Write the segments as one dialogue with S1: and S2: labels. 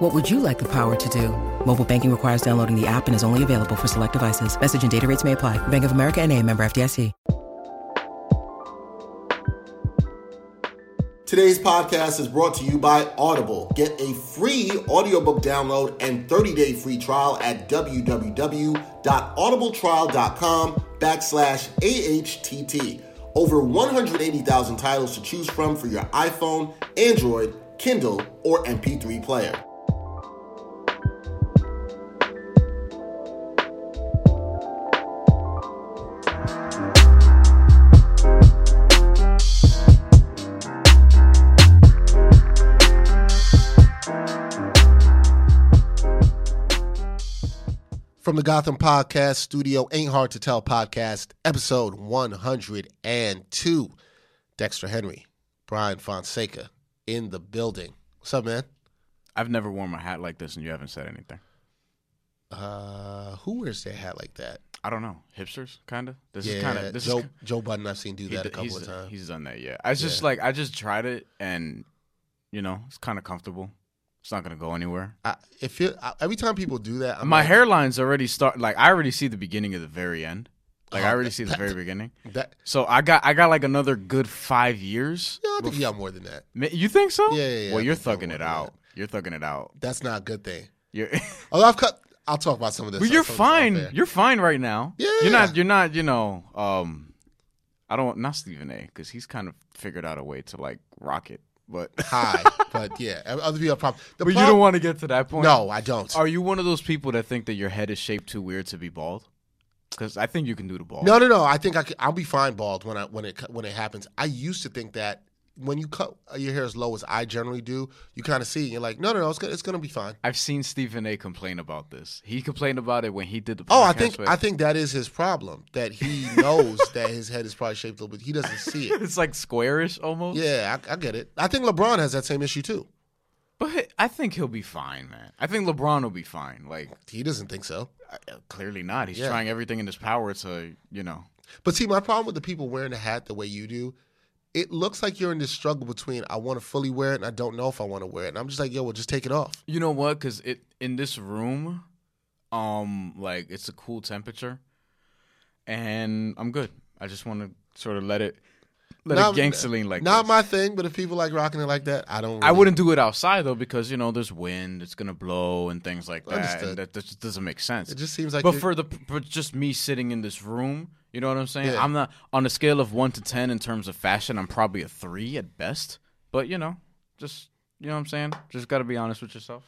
S1: What would you like the power to do? Mobile banking requires downloading the app and is only available for select devices. Message and data rates may apply. Bank of America and a member FDIC.
S2: Today's podcast is brought to you by Audible. Get a free audiobook download and 30-day free trial at www.audibletrial.com backslash AHTT. Over 180,000 titles to choose from for your iPhone, Android, Kindle, or MP3 player. From the Gotham Podcast Studio, Ain't Hard to Tell Podcast, episode 102. Dexter Henry, Brian Fonseca in the building. What's up, man?
S3: I've never worn my hat like this, and you haven't said anything.
S2: Uh, who wears their hat like that?
S3: I don't know, hipsters, kind of. This is kind of this
S2: Joe,
S3: is ki-
S2: Joe Budden. I've seen do
S3: he
S2: that
S3: d-
S2: a couple
S3: he's,
S2: of times.
S3: He's done that, yeah. I was just like I just tried it, and you know, it's kind of comfortable. It's not gonna go anywhere.
S2: I, if you I, every time people do that, I'm
S3: my
S2: like,
S3: hairline's already start. Like I already see the beginning of the very end. Like I
S2: Oh,
S3: already see the very beginning.
S2: That,
S3: So I got I got like another good five years.
S2: yeah, I think you got more than that.
S3: Ma- You think so?
S2: Yeah, yeah, yeah,
S3: Well,
S2: I
S3: you're
S2: think so, more
S3: thugging it
S2: than
S3: out. You're thugging it out.
S2: That's not a good thing.
S3: You're.
S2: Although I've cut. I'll talk about some of this.
S3: But
S2: I'll
S3: you're
S2: talk about this off
S3: fine.
S2: air.
S3: You're fine right now.
S2: Yeah.
S3: You're not. You're not. You know. Um, I don't. Not Stephen A. Because he's kind of figured out a way to like rock it. But
S2: high, but yeah, other people have problems. The
S3: but you
S2: prob-
S3: don't want to get to that point.
S2: No, I don't.
S3: Are you one of those people that think that your head is shaped too weird to be bald? Because I think you can do the bald.
S2: No, no, no. I think I will be fine bald when I when it when it happens. I used to think that when you cut your hair as low as I generally do, you kind of see. You're like, no, no, no. It's gonna, it's gonna be fine.
S3: I've seen Stephen A. complain about this. He complained about it when he did the.
S2: Oh, I
S3: podcast
S2: think
S3: with-
S2: I think that is his problem. That he knows that his head is probably shaped a little bit. He doesn't see it.
S3: it's like squarish almost.
S2: Yeah, I, I get it. I think LeBron has that same issue too.
S3: But I think he'll be fine, man. I think LeBron will be fine. Like uh,
S2: He doesn't think so.
S3: clearly not. He's
S2: Yeah.
S3: trying everything in his power to you know.
S2: But see, my problem with the people wearing the hat the way you do, it looks like you're in this struggle between I want to fully wear it and I don't know if I want to wear it. And I'm just like, yo, well, just take it off.
S3: You know what? Because it in this room, um, like it's a cool temperature, and I'm good. I just want to sort of let it, let
S2: Not-
S3: it gangsterline like
S2: Not
S3: this.
S2: my thing, but if people like rocking it like that, I don't. Really,
S3: I wouldn't do it outside though because you know there's wind, it's gonna blow and things like that.
S2: Understood.
S3: And that, that just doesn't make sense.
S2: It just seems like
S3: but
S2: you're-
S3: for the for just me sitting in this room, you know what I'm saying?
S2: Yeah.
S3: I'm not on a scale of one to ten in terms of fashion. I'm probably a three at best. But you know, just you know what I'm saying. Just gotta be honest with yourself.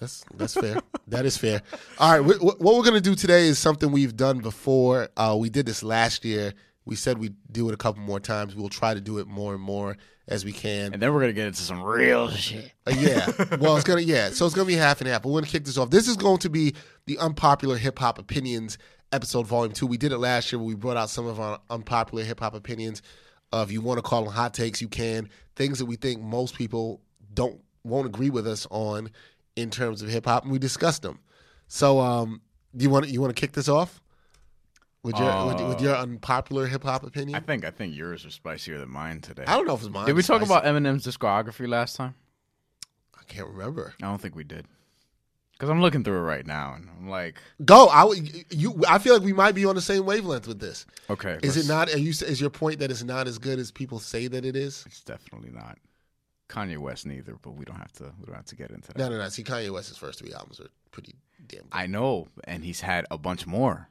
S2: That's that's fair. that is fair. All right, wh- wh- what we're gonna do today is something we've done before. Uh, we did this last year. We said we'd do it a couple more times. We'll try to do it more and more as we can.
S3: And then we're gonna get into some real shit.
S2: Uh, yeah. Well, it's gonna yeah. So it's gonna be half and half. But we're gonna kick this off. This is going to be the unpopular hip hop opinions episode, volume two. We did it last year. Where we brought out some of our unpopular hip hop opinions. Uh, if you want to call them hot takes, you can. Things that we think most people don't won't agree with us on in terms of hip hop, and we discussed them. So, um, do you want you want to kick this off with your with, with
S3: Uh,
S2: your unpopular hip hop opinion?
S3: I think I think yours are spicier than mine today.
S2: I don't know if it's mine.
S3: Did we
S2: is
S3: talk
S2: spicy.
S3: about Eminem's discography last time?
S2: I can't remember.
S3: I don't think we did. Cause I'm looking through it right now, and I'm like,
S2: Go. I would- you. I feel like we might be on the same wavelength with this.
S3: okay,
S2: Is
S3: let's-
S2: it not? Are you, is your point that it's not as good as people say that it is?
S3: It's definitely not Kanye West neither. But we don't have to. We don't have to get into that.
S2: No, no, no. See, Kanye West's first three albums are pretty damn good.
S3: I know, and he's had a bunch more.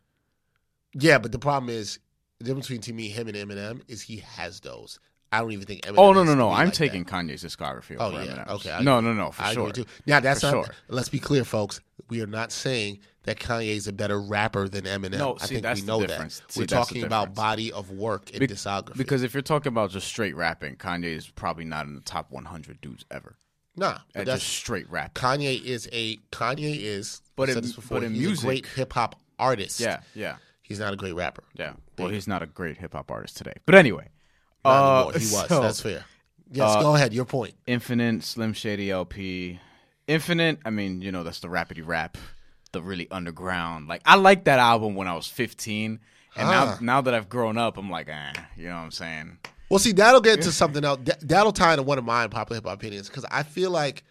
S2: yeah, but the problem is the difference between to me, him, and Eminem is he has those. I don't even think Eminem.
S3: oh no,
S2: has
S3: no, no!
S2: three like
S3: I'm
S2: that.
S3: taking Kanye's discography.
S2: Oh,
S3: over
S2: yeah,
S3: Eminem's.
S2: okay, I
S3: no, no, no, for
S2: I
S3: sure.
S2: agree too. Now that's
S3: For
S2: not.
S3: sure.
S2: Let's be clear, folks. We are not saying that Kanye's a better rapper than Eminem.
S3: No,
S2: I
S3: see,
S2: think
S3: that's
S2: we
S3: the
S2: know that.
S3: difference. See,
S2: We're
S3: that's the
S2: talking about
S3: difference.
S2: body of work and
S3: Bec-
S2: discography.
S3: Because if you're talking about just straight rapping, Kanye is probably not in the top 100 dudes ever.
S2: nah, but
S3: At
S2: that's
S3: just straight rapping.
S2: Kanye is a Kanye is.
S3: But
S2: I
S3: in-
S2: said this before,
S3: but in
S2: he's a
S3: music-
S2: great hip hop artist.
S3: Yeah, yeah.
S2: He's He's not a great rapper.
S3: Yeah. Well, he's not a great hip hop artist today. But anyway,
S2: Not
S3: uh,
S2: anymore. He was.
S3: so, uh,
S2: That's fair. Yes, go ahead. Your point.
S3: Infinite, Slim Shady LP. Infinite, I mean, you know, that's the rapidy rap, the really underground. Like, I liked that album when I was 15. And
S2: Ah.
S3: now, now that I've grown up, I'm like, eh, you know what I'm saying?
S2: Well, see, that'll get to something else. That, that'll tie into one of my popular hip hop opinions because I feel like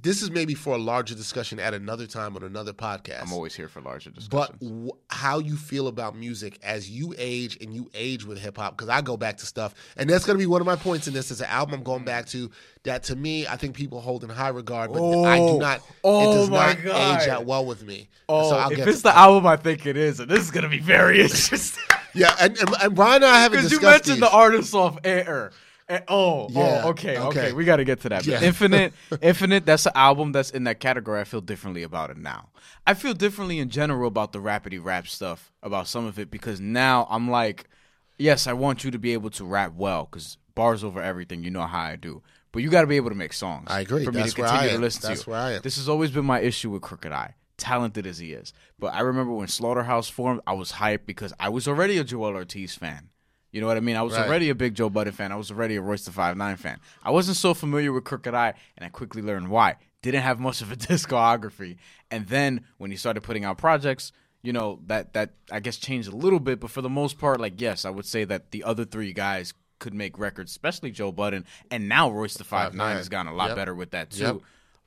S2: this is maybe for a larger discussion at another time on another podcast.
S3: I'm always here for larger discussions.
S2: but w- how you feel about music as you age and you age with hip hop because I go back to stuff and that's gonna be one of my points in this is an album I'm going back to that to me I think people hold in high regard but I do
S3: Oh.
S2: not it
S3: Oh
S2: does
S3: my
S2: not
S3: God.
S2: age that well with me
S3: Oh,
S2: so I'll
S3: if
S2: get
S3: it's
S2: to-
S3: the album I think it is, and this is gonna be very interesting
S2: yeah and, and, and Brian and I haven't
S3: because you
S2: discussed
S3: mentioned
S2: these.
S3: the artists off air. And- oh,
S2: Yeah,
S3: oh, okay, okay,
S2: okay.
S3: we got to get to that. But
S2: Yeah.
S3: Infinite, Infinite. That's an album that's in that category. I feel differently about it now. I feel differently in general about the rapidy rap stuff, about some of it, because now I'm like, yes, I want you to be able to rap well, because bars over everything. You know how I do, but you got to be able to make songs.
S2: I agree.
S3: For me
S2: That's
S3: to
S2: where
S3: continue
S2: I
S3: to
S2: am.
S3: listen to
S2: That's
S3: you.
S2: where I am.
S3: This has always been my issue with Crooked Eye, talented as he is. But I remember when Slaughterhouse formed, I was hyped because I was already a Joel Ortiz fan. You know what I mean? I was
S2: Right.
S3: already a big Joe Budden fan. I was already a Royce the Five Nine fan. I wasn't so familiar with Crooked Eye, and I quickly learned why. Didn't have much of a discography, and then when he started putting out projects, you know that that I guess changed a little bit. But for the most part, like yes, I would say that the other three guys could make records, especially Joe Budden, and now Royce the Five Nine has gotten a lot
S2: Yep.
S3: better with that too.
S2: Yep.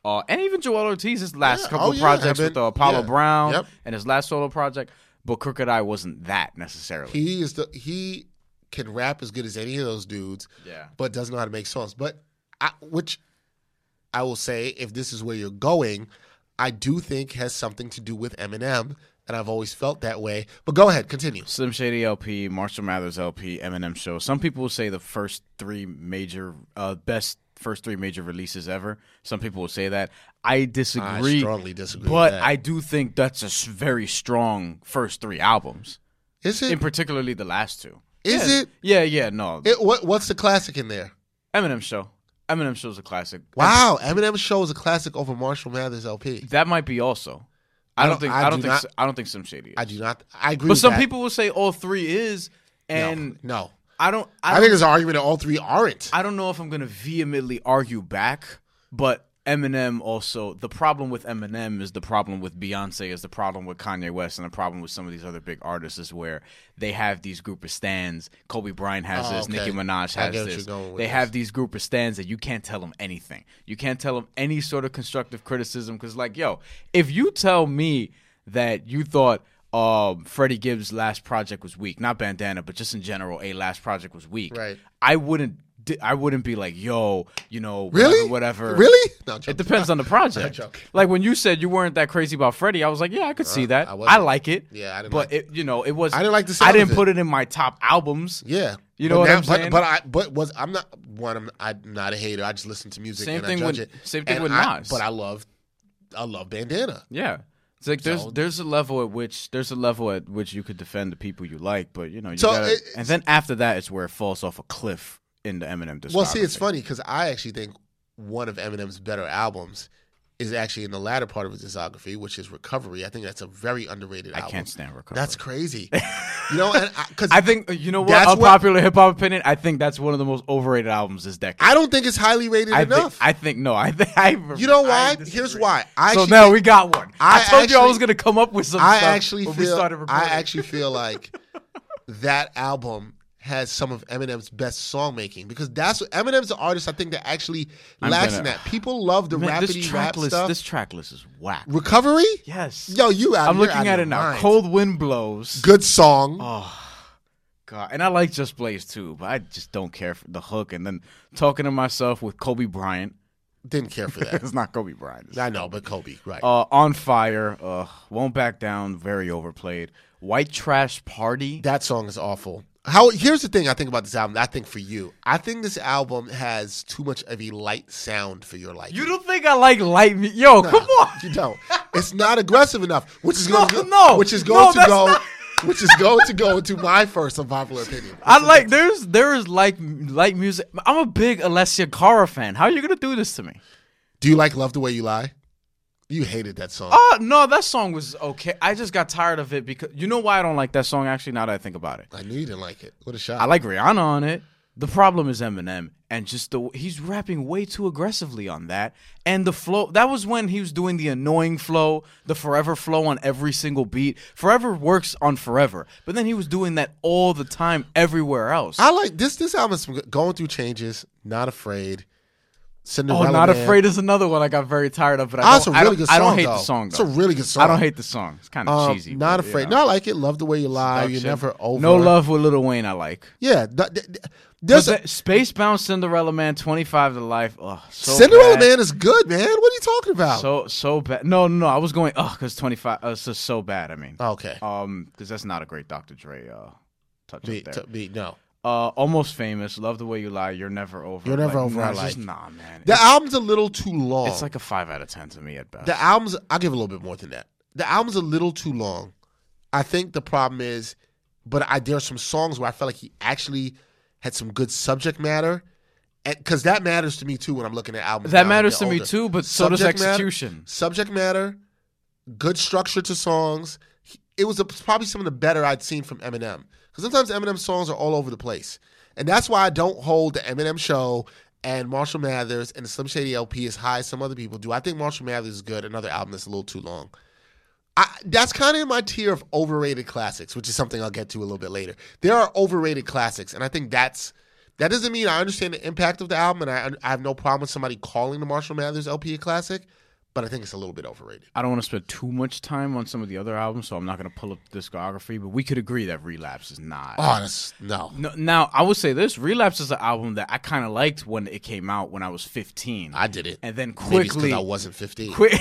S3: Uh, and even Joel Ortiz's last
S2: Yeah.
S3: couple
S2: Oh,
S3: of
S2: yeah.
S3: projects
S2: I've
S3: with
S2: been-
S3: uh, Apollo
S2: yeah.
S3: Brown
S2: Yep.
S3: and his last solo project, but Crooked Eye wasn't that necessarily.
S2: he is the he can rap as good as any of those dudes
S3: yeah.
S2: but doesn't know how to make songs. But I, which I will say, if this is where you're going, I do think has something to do with Eminem, and I've always felt that way. But go ahead, continue.
S3: Slim Shady LP, Marshall Mathers LP, Eminem Show. Some people will say the first three major, uh, best first three major releases ever. Some people will say that. I disagree.
S2: strongly disagree with
S3: But
S2: that.
S3: I do think that's a s- very strong first three albums,
S2: Is it?
S3: in particularly the last two.
S2: Is
S3: Yeah.
S2: it?
S3: Yeah, yeah, no.
S2: it what, what's the classic in there?
S3: Eminem Show. Eminem Show's a classic.
S2: Wow, Eminem's show is a classic over Marshall Mathers LP.
S3: That might be also. I don't,
S2: don't-
S3: think.
S2: I
S3: I, don't
S2: do
S3: think.
S2: not-
S3: s I don't think Slim Shady. Is.
S2: I do not. I agree.
S3: but
S2: with
S3: some
S2: that.
S3: people will say all three is,
S2: No,
S3: and
S2: no.
S3: I don't. I,
S2: I,
S3: don't
S2: think there's an argument that all three aren't.
S3: I don't know if I'm gonna vehemently argue back, but Eminem also the problem with Eminem is the problem with Beyonce is the problem with Kanye West and the problem with some of these other big artists is where they have these group of stands. Kobe Bryant has
S2: Oh,
S3: this,
S2: okay.
S3: Nicki Minaj
S2: I
S3: has
S2: get what
S3: this.
S2: you're
S3: They
S2: going with this.
S3: have these group of stands that you can't tell them anything. You can't tell them any sort of constructive criticism because, like, yo, if you tell me that you thought um, Freddie Gibbs' last project was weak, not Bandana, but just in general, a last project was weak.
S2: Right.
S3: I wouldn't. di- I wouldn't be like, yo, you know,
S2: Really?
S3: whatever. whatever.
S2: Really? No, I'm
S3: It
S2: joking.
S3: depends on the project.
S2: joking.
S3: Like when you said you weren't that crazy about Freddie, I was like, yeah, I could see that.
S2: I
S3: I,
S2: wasn't.
S3: like it.
S2: Yeah, I didn't
S3: But
S2: like
S3: it, you know, it was.
S2: I didn't like the
S3: I
S2: sound
S3: didn't
S2: of it.
S3: put it in my top albums.
S2: Yeah,
S3: You
S2: But
S3: know what
S2: now-
S3: I'm
S2: but-
S3: saying?
S2: But, I but was I'm not one. I'm I'm not a hater. I just listen to music.
S3: Same
S2: and
S3: thing
S2: I judge
S3: with-
S2: it.
S3: same thing
S2: And
S3: with
S2: I-
S3: Nas.
S2: But I love, I love Bandana.
S3: Yeah. It's like there's
S2: So-
S3: there's a level at which there's a level at which you could defend the people you like, but you know you
S2: So,
S3: gotta,
S2: it-
S3: and then after that it's where it falls off a cliff in the Eminem discography.
S2: Well, see, it's funny because I actually think one of Eminem's better albums is actually in the latter part of his discography, which is Recovery. I think that's a very underrated.
S3: I
S2: album.
S3: can't stand recovery.
S2: That's crazy. you know, and because
S3: I think uh, you know what
S2: That's what-
S3: unpopular hip hop opinion. I think that's one of the most overrated albums this decade.
S2: I don't think it's highly rated
S3: I
S2: enough.
S3: Think, I think no. I think I.
S2: you know
S3: I
S2: why?
S3: disagree.
S2: Here's why. I
S3: so
S2: actually
S3: now
S2: think-
S3: we got one. I,
S2: I
S3: told you I
S2: actually-
S3: was gonna come up with some.
S2: I
S3: stuff
S2: actually
S3: when
S2: feel.
S3: we started recording.
S2: I actually feel like that album has some of Eminem's best song making because that's what Eminem's the artist I think that actually
S3: I'm
S2: lacks
S3: gonna-
S2: in that. People love the
S3: Man, this
S2: rapidy
S3: track
S2: rap
S3: list.
S2: stuff.
S3: This track list is whack.
S2: Recovery.
S3: yes.
S2: Yo, you out.
S3: I'm
S2: you're
S3: looking
S2: out
S3: at
S2: of your
S3: it now. Oh.
S2: mind.
S3: Cold wind blows.
S2: Good song.
S3: God, and I like Just Blaze too, but I just don't care for the hook. And then talking to myself with Kobe Bryant.
S2: Didn't care for that.
S3: It's not Kobe Bryant. It's
S2: I know, but Kobe, right?
S3: uh, on fire. Uh, won't back down. Very overplayed. White trash party.
S2: that song is awful. How? Here's the thing I think about this album. I think for you, I think this album has too much of a light sound for your liking.
S3: you don't think I like light? mu- Yo, come on.
S2: You don't. It's not aggressive enough, which is going
S3: No,
S2: to
S3: no.
S2: which is
S3: No,
S2: going to
S3: that's
S2: go,
S3: not-
S2: which is going to go into my first unpopular opinion.
S3: I like there's there is like light music. I'm a big Alessia Cara fan. How are you gonna do this to me?
S2: Do you like "Love the Way You Lie"? You hated that song.
S3: Oh no, that song was okay. I just got tired of it because you know why I don't like that song. Actually, now that I think about it,
S2: I knew you didn't like it. What a shot.
S3: I like Rihanna on it. The problem is Eminem, and just the he's rapping way too aggressively on that, and the flow. That was when he was doing the annoying flow, the forever flow on every single beat. Forever works on forever, but then he was doing that all the time everywhere else.
S2: I like this. This album's going through changes. Not afraid.
S3: Oh,
S2: Cinderella
S3: Not
S2: Man.
S3: Afraid is another one I got very tired of, but I
S2: Ah,
S3: don't,
S2: it's a
S3: I
S2: really
S3: don't,
S2: good
S3: I don't
S2: song,
S3: hate
S2: though.
S3: the song.
S2: It's a
S3: though.
S2: really good song.
S3: I don't hate the song. It's kind of
S2: Um,
S3: cheesy.
S2: not
S3: but, you
S2: afraid.
S3: know.
S2: No, I like it. Love the way you lie. You're
S3: Shit.
S2: never over.
S3: No love with Little Wayne. I like.
S2: Yeah. th- th- th-
S3: But
S2: There's a,
S3: that Space Bound Cinderella Man, twenty five to life. Oh, so
S2: Cinderella
S3: bad.
S2: Man is good, man. What are you talking about?
S3: So so bad. No, no, no. I was going. Oh, because twenty five. Uh, it's just so bad. I mean,
S2: okay.
S3: um, because that's not a great Dr. Dre uh, touch
S2: Be-
S3: up there.
S2: t- be- no.
S3: uh, almost famous. Love the way you lie. You're never over.
S2: You're Never
S3: Like,
S2: Over,
S3: Nah,
S2: I
S3: it's just-
S2: like.
S3: nah, man.
S2: The
S3: it's,
S2: album's a little too long.
S3: it's like a five out of ten to me at best.
S2: the album's. I'll give it a little bit more than that. The album's a little too long. I think the problem is, but I there's some songs where I felt like he actually had some good subject matter, because that matters to me too when I'm looking at albums. now
S3: That
S2: when I
S3: matters
S2: get
S3: to me
S2: older.
S3: too, but so does
S2: matter-
S3: execution.
S2: subject matter, good structure to songs. He- It was a, probably some of the better I'd seen from Eminem. Because sometimes Eminem songs are all over the place, and that's why I don't hold the Eminem show and Marshall Mathers and the Slim Shady LP as high as some other people do. I think Marshall Mathers is good. Another album that's a little too long. I, that's kind of in my tier of overrated classics, which is something I'll get to a little bit later. There are overrated classics, and I think that's that doesn't mean I understand the impact of the album, and I, I have no problem with somebody calling the Marshall Mathers LP a classic, but I think it's a little bit overrated.
S3: I don't want to spend too much time on some of the other albums, so I'm not going to pull up the discography. But we could agree that Relapse is not.
S2: Oh, that's no.
S3: No, now I would say this: Relapse is an album that I kind of liked when it came out when I was 15.
S2: I did it,
S3: and then
S2: Maybe it's 'cause
S3: quickly
S2: I wasn't fifteen.
S3: quick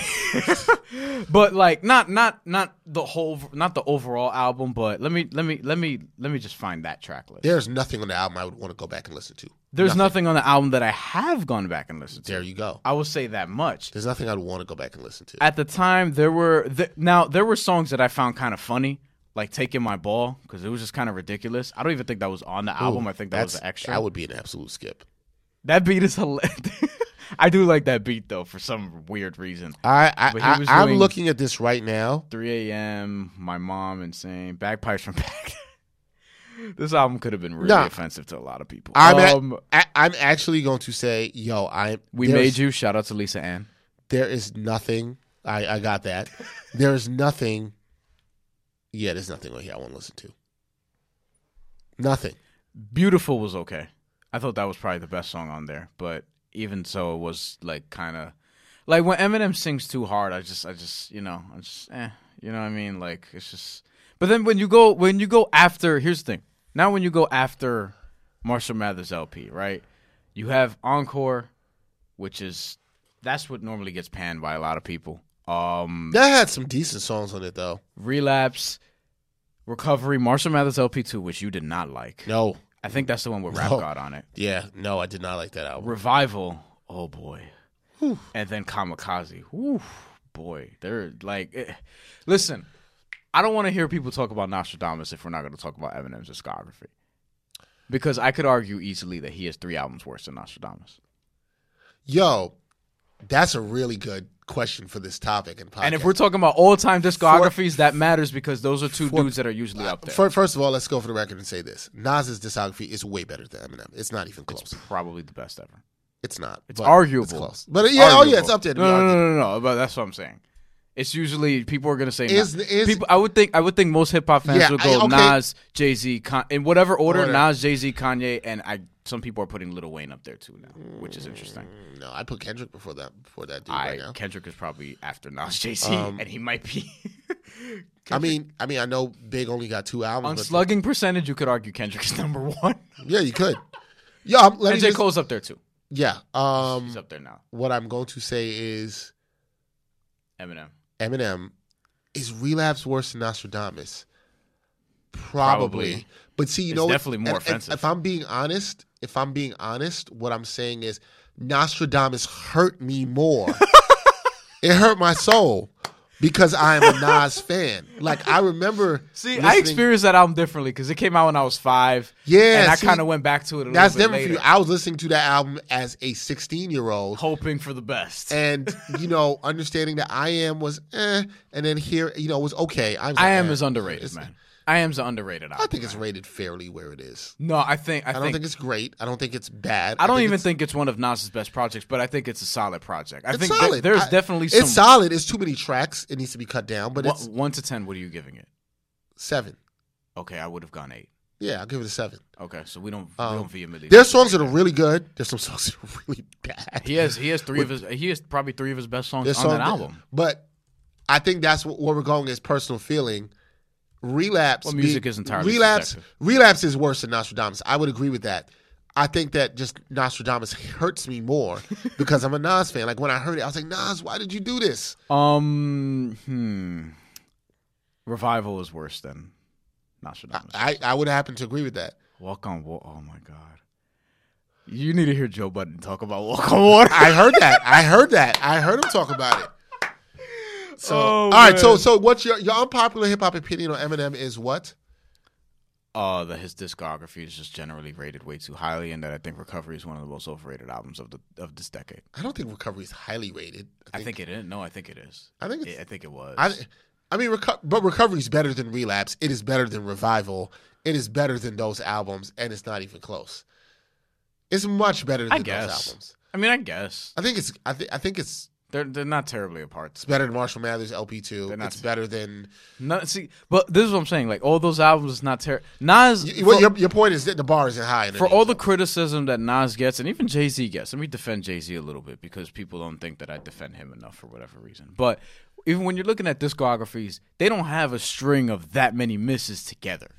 S3: but like not not not the whole not the overall album but let me let me let me let me just find that track list
S2: There's nothing on the album I would want to go back and listen to.
S3: there's nothing. on the album that i have gone back and listened to
S2: There you go.
S3: i will say that much
S2: There's nothing I'd want to go back and listen to.
S3: at the time there were th- now there were songs that i found kind of funny like taking my ball because it was just kind of ridiculous i don't even think that was on the album i think that was
S2: That's-
S3: an extra
S2: That would be an absolute skip.
S3: that beat is hilarious i do like that beat though for some weird reason
S2: I, I,
S3: But he
S2: I
S3: was
S2: I'm
S3: doing-
S2: looking at this right now.
S3: 3 a.m. My mom insane. Bagpipes from back. this album could have been really
S2: Nah.
S3: offensive to a lot of people.
S2: I'm a-
S3: um,
S2: I, I'm actually going to say, yo, I
S3: we
S2: there's-
S3: made you. Shout out to Lisa Ann.
S2: There is nothing. I I got that. there is nothing. Yeah, there's nothing on here I want to listen to. Nothing.
S3: Beautiful was okay. I thought that was probably the best song on there, but even so, it was like kind of like when Eminem sings too hard. I just, I just, you know, I just, eh, you know what I mean? Like it's just. But then when you go, when you go after, here's the thing. Now when you go after Marshall Mathers LP, right? You have Encore, which is that's what normally gets panned by a lot of people. Um,
S2: That had some decent songs on it though.
S3: relapse, recovery, Marshall Mathers LP two, which you did not like.
S2: No.
S3: I think that's the one with Rap
S2: No.
S3: God on it.
S2: Yeah. No, I did not like that album.
S3: Revival, oh boy, and then Kamikaze, Whew, boy, they're like, eh. listen, I don't want to hear people talk about Nostradamus if we're not going to talk about Eminem's discography, because I could argue easily that he has three albums worse than Nostradamus.
S2: Yo, that's a really good question for this topic and podcast.
S3: And if we're talking about all-time discographies, that matters because those are two dudes that are usually up there.
S2: Fir- First of all, let's go for the record and say this: Nas's discography is way better than Eminem. It's not even close. It's,
S3: Probably the best ever.
S2: not.
S3: It's
S2: but
S3: arguable.
S2: It's close. But yeah, oh yeah, it's up there. to be
S3: No, no,
S2: argued.
S3: no, no, no. But that's what I'm saying. It's usually people are gonna say
S2: Is-
S3: Nas.
S2: is-
S3: people. I would think. I would think most hip hop fans
S2: Yeah,
S3: would
S2: I-
S3: go
S2: okay.
S3: Nas, Jay Z, Con- in whatever order,
S2: Order.
S3: Nas, Jay Z, Kanye, and I. Some people are putting Lil Wayne up there too now, which is interesting.
S2: No, I put Kendrick before that. Before that dude,
S3: I
S2: right now.
S3: Kendrick is probably after Nas, Jay Z,
S2: Um,
S3: and he might be.
S2: I mean, I mean, I know Big only got two
S3: On
S2: albums. But
S3: slugging percentage, you could argue Kendrick is number one.
S2: yeah, you could. Yeah, I'm, let
S3: And
S2: me
S3: J
S2: just,
S3: Cole's up there too.
S2: yeah. Um,
S3: He's up there now.
S2: what I'm going to say is
S3: Eminem.
S2: Eminem is relapse worse than Nostradamus. Probably,
S3: Probably.
S2: but see, you
S3: It's
S2: know, what-
S3: definitely more
S2: and- and
S3: offensive.
S2: If I'm being honest, if I'm being honest, what I'm saying is Nostradamus hurt me more. it hurt my soul. because I am a Nas fan. Like I remember.
S3: See, I
S2: listening-
S3: experienced that album differently because it came out when I was five.
S2: Yeah,
S3: and I
S2: see,
S3: kind of went back to it. A
S2: That's
S3: little bit
S2: different for
S3: later,
S2: you. I was listening to that album as a 16 year old.
S3: hoping for the best.
S2: and you know, understanding that I am was eh, and then here, you know, was okay. I'm
S3: I am
S2: eh.
S3: is underrated,
S2: It's-
S3: man. I am is underrated.
S2: I think it's rated fairly where it is.
S3: no. I think I,
S2: I don't
S3: think,
S2: think, it's great. I don't think it's bad.
S3: I don't even
S2: it's-
S3: think it's one of Nas's best projects, but I think it's a solid project. I
S2: it's
S3: think th-
S2: solid.
S3: there's
S2: I-
S3: definitely some.
S2: it's solid. It's too many tracks. It needs to be cut down, but
S3: One-
S2: it's
S3: one to ten. What are you giving it?
S2: seven.
S3: Okay, I would have gone eight.
S2: Yeah, I'll give it a seven.
S3: Okay, so we don't
S2: Um,
S3: we don't vehemently.
S2: There's songs that are really good. There's some songs that are really bad.
S3: He has he has three of his he has probably three of his best songs
S2: There's
S3: on that
S2: songs that-
S3: album.
S2: But I think that's what, where we're going is personal feeling. Relapse.
S3: Well, music is entirely
S2: relapse.
S3: subjective.
S2: Relapse is worse than Nostradamus. I would agree with that. I think that just Nostradamus hurts me more because I'm a Nas fan. Like when I heard it, I was like, Nas, why did you do this?
S3: Um, hmm. Revival is worse than Nostradamus.
S2: I, I would happen to agree with that.
S3: Walk on Water. Oh my God. You need to hear Joe Budden talk about Walk on Water.
S2: I heard that. I heard that. I heard him talk about it. So
S3: Oh,
S2: all right. So
S3: man.
S2: so what's your your unpopular hip hop opinion on Eminem is what?
S3: Uh, that his discography is just generally rated way too highly, and that I think Recovery is one of the most overrated albums of the of this decade.
S2: I don't think Recovery is highly rated.
S3: I think it is. No, I think it is.
S2: I think
S3: Yeah,
S2: it's-
S3: I think it was.
S2: I, I mean, reco- but recovery is better than relapse. It is better than revival. It is better than those albums, and it's not even close. It's much better than
S3: I
S2: those
S3: guess.
S2: albums.
S3: I mean, I guess
S2: I think it's. I, th- I think it's.
S3: they're they're not terribly apart.
S2: It's better than Marshall Mathers LP two.
S3: They're not-
S2: It's better than.
S3: No, see, but this is what I'm saying. Like all those albums, is not terrible. Nas,
S2: You, well,
S3: for,
S2: your, your point is that the bar isn't high.
S3: for all the criticism that Nas gets, and even Jay Z gets, and we defend Jay Z a little bit because people don't think that I defend him enough for whatever reason. But even when you're looking at discographies, they don't have a string of that many misses together.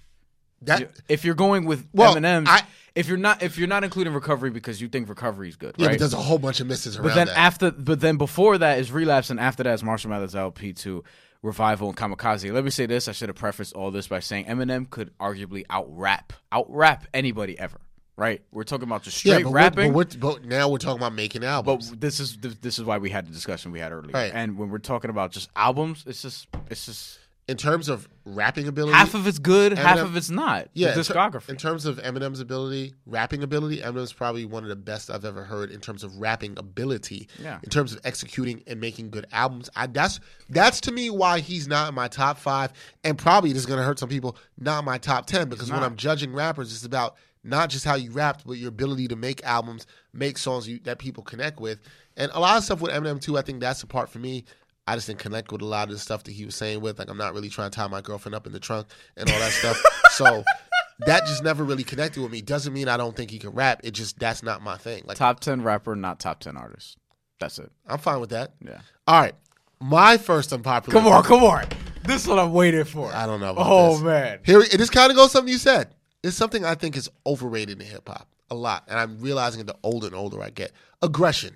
S2: that,
S3: You- if you're going with
S2: Well,
S3: Eminem's,
S2: I-
S3: if you're not if you're not including recovery because you think recovery is good,
S2: yeah,
S3: right?
S2: but there's a whole bunch of misses around
S3: But then
S2: that.
S3: after, but then before that is relapse, and after that is Marshall Mathers LP two, revival and kamikaze. Let me say this: I should have prefaced all this by saying Eminem could arguably out rap, out rap anybody ever. Right? We're talking about just straight
S2: yeah, but we're-
S3: rapping.
S2: but, we're, but now we're talking about making albums.
S3: but this is this this is why we had the discussion we had earlier.
S2: Right.
S3: And when we're talking about just albums, it's just it's just
S2: in terms of rapping ability,
S3: half of it's good, half
S2: Eminem-
S3: of it's not.
S2: yeah,
S3: the
S2: in ter-
S3: discography.
S2: In terms of Eminem's ability, rapping ability, Eminem's probably one of the best I've ever heard in terms of rapping ability.
S3: Yeah.
S2: In terms of executing and making good albums, I that's that's to me why he's not in my top five, and probably this is gonna hurt some people. Not in my top ten because when I'm judging rappers, it's about not just how you rapped, but your ability to make albums, make songs you, that people connect with, and a lot of stuff with Eminem too. I think that's the part for me. I just didn't connect with a lot of the stuff that he was saying with. Like, I'm not really trying to tie my girlfriend up in the trunk and all that stuff. So that just never really connected with me. Doesn't mean I don't think he can rap. It just that's not my thing. Like,
S3: top ten rapper, not top ten artist. That's it.
S2: I'm fine with that.
S3: Yeah.
S2: All right. My first unpopular.
S3: Come on, come on. This is what I'm waiting for.
S2: I don't know. About
S3: Oh
S2: this.
S3: man.
S2: Here, we- this kind of goes something you said. It's something I think is overrated in hip hop a lot, and I'm realizing it the older and older I get. Aggression.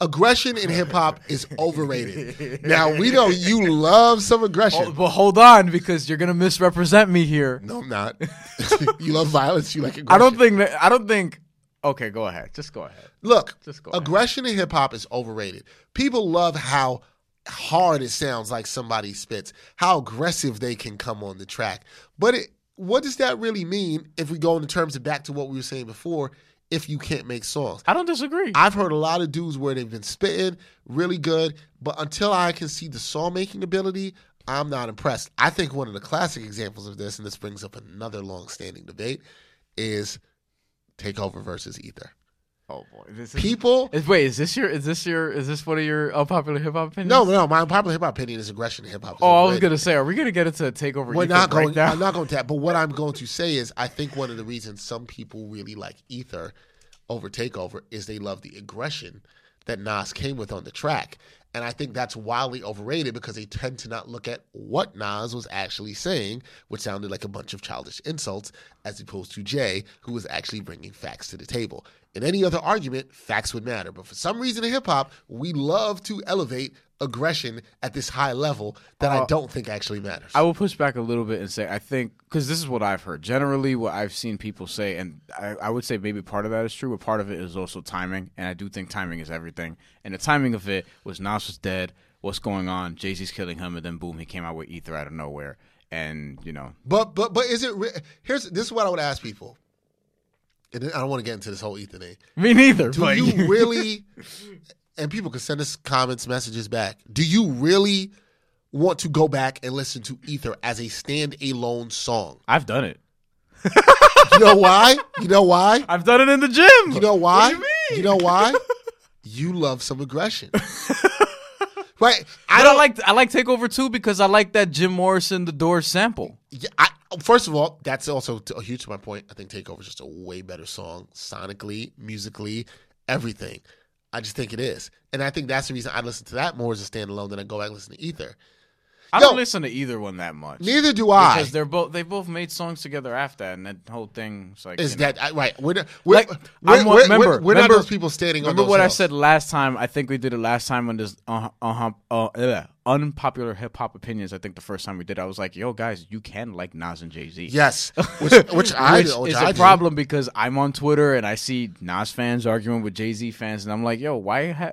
S2: Aggression in hip hop is overrated. now we know you love some aggression.
S3: Oh, but hold on, because you're gonna misrepresent me here.
S2: No, I'm not. you love violence. You like aggression.
S3: I don't think that. I don't think. Okay, go ahead. Just go ahead.
S2: Look,
S3: Just go ahead.
S2: aggression in hip hop is overrated. People love how hard it sounds like somebody spits, how aggressive they can come on the track. But it, what does that really mean if we go into terms of back to what we were saying before? If you can't make songs,
S3: I don't disagree.
S2: I've heard a lot of dudes where they've been spitting really good, but until I can see the song making ability, I'm not impressed. I think one of the classic examples of this, and this brings up another long standing debate, is Takeover versus Ether.
S3: oh boy, this is.
S2: People
S3: Is, wait, is this your? Is this your? Is this one of your unpopular hip hop opinions?
S2: No, no, my unpopular hip hop opinion is aggression in hip hop. is
S3: Oh, I was
S2: overrated.
S3: gonna say, are we gonna get into a takeover?
S2: We're
S3: Ether
S2: not going.
S3: breakdown?
S2: I'm not going to that. But what I'm going to say is, I think one of the reasons some people really like Ether over Takeover is they love the aggression that Nas came with on the track, and I think that's wildly overrated because they tend to not look at what Nas was actually saying, which sounded like a bunch of childish insults, as opposed to Jay, who was actually bringing facts to the table. In any other argument, facts would matter, but for some reason in hip hop, we love to elevate aggression at this high level that I don't think actually matters.
S3: I will push back a little bit and say I think because this is what I've heard. Generally, what I've seen people say, and I, I would say maybe part of that is true, but part of it is also timing. And I do think timing is everything. And the timing of it was Nas was dead, what's going on? Jay Z's killing him, and then boom, he came out with Ether out of nowhere, and you know,
S2: But but but is it re- here's this is what I would ask people. And I don't want to get into this whole Ether thing.
S3: me neither.
S2: Do you really? And people can send us comments, messages back. Do you really want to go back and listen to Ether as a stand-alone song?
S3: I've done it.
S2: You know why? You know why?
S3: I've done it in the gym.
S2: You know why?
S3: do you mean?
S2: know why? You love some aggression, right?
S3: I don't like I like Takeover too because I like that Jim Morrison the Doors sample.
S2: Yeah, I, first of all, that's also t- huge to my point. I think Takeover is just a way better song sonically, musically, everything. I just think it is. And I think that's the reason I listen to that more as a standalone than I go back and listen to Ether.
S3: I
S2: Yo.
S3: don't listen to either one that much.
S2: Neither do I.
S3: because they're both they both made songs together after, and that whole thing's like
S2: is
S3: you know.
S2: that I, right? We're, not- we're,
S3: Like,
S2: we're,
S3: I'm-
S2: we're,
S3: remember-
S2: we're, we're not
S3: remember-
S2: those people standing
S3: Remember
S2: on
S3: what I
S2: themselves.
S3: said last time? I think we did it last time on this uh, uh, uh, uh, unpopular hip hop opinions. I think the first time we did, I was like, "Yo, guys, you can like Nas and Jay Z."
S2: Yes, which, which I
S3: Which
S2: which
S3: is
S2: I
S3: a
S2: do.
S3: problem because I'm on Twitter and I see Nas fans arguing with Jay Z fans, and I'm like, "Yo, why ha-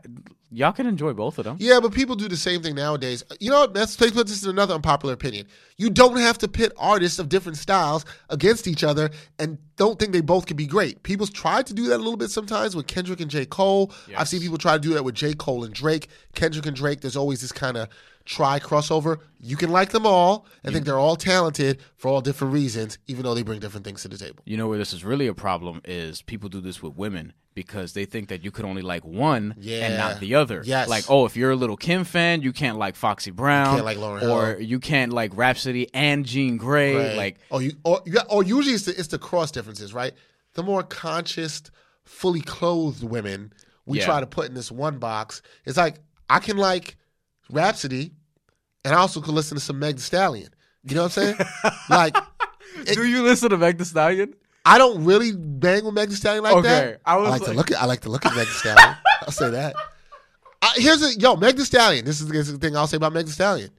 S3: y'all can enjoy both of them?"
S2: Yeah, but people do the same thing nowadays. You know, that's let's put this in another unpopular opinion. You don't have to pit artists of different styles against each other and don't think they both can be great. People try to do that a little bit sometimes with Kendrick and J. Cole. I've seen people try to do that with J. Cole and Drake. Kendrick and Drake, there's always this kind of try crossover. You can like them all and think they're all talented for all different reasons, even though they bring different things to the table.
S3: You know where this is really a problem is people do this with women because they think that you could only like one and
S2: Yeah.
S3: not the other.
S2: Yes.
S3: Like, oh, if you're a little Kim fan, you can't like Foxy Brown.
S2: can't like Lauryn
S3: Or
S2: Hill.
S3: you can't like Rhapsody and Jean Grey.
S2: Right.
S3: Like
S2: oh you or, you or usually it's the, it's the cross differences right the more conscious fully clothed women we
S3: Yeah.
S2: try to put in this one box it's like i can like rhapsody and i also could listen to some meg Thee stallion you know what i'm saying like
S3: Do you listen to Meg Thee Stallion?
S2: i don't really bang with meg Thee stallion like
S3: Okay,
S2: that
S3: I was
S2: like, to
S3: like-
S2: look at i like to look at meg Thee stallion i'll say that I, here's a yo meg Thee stallion this is, this is the thing i'll say about meg Thee stallion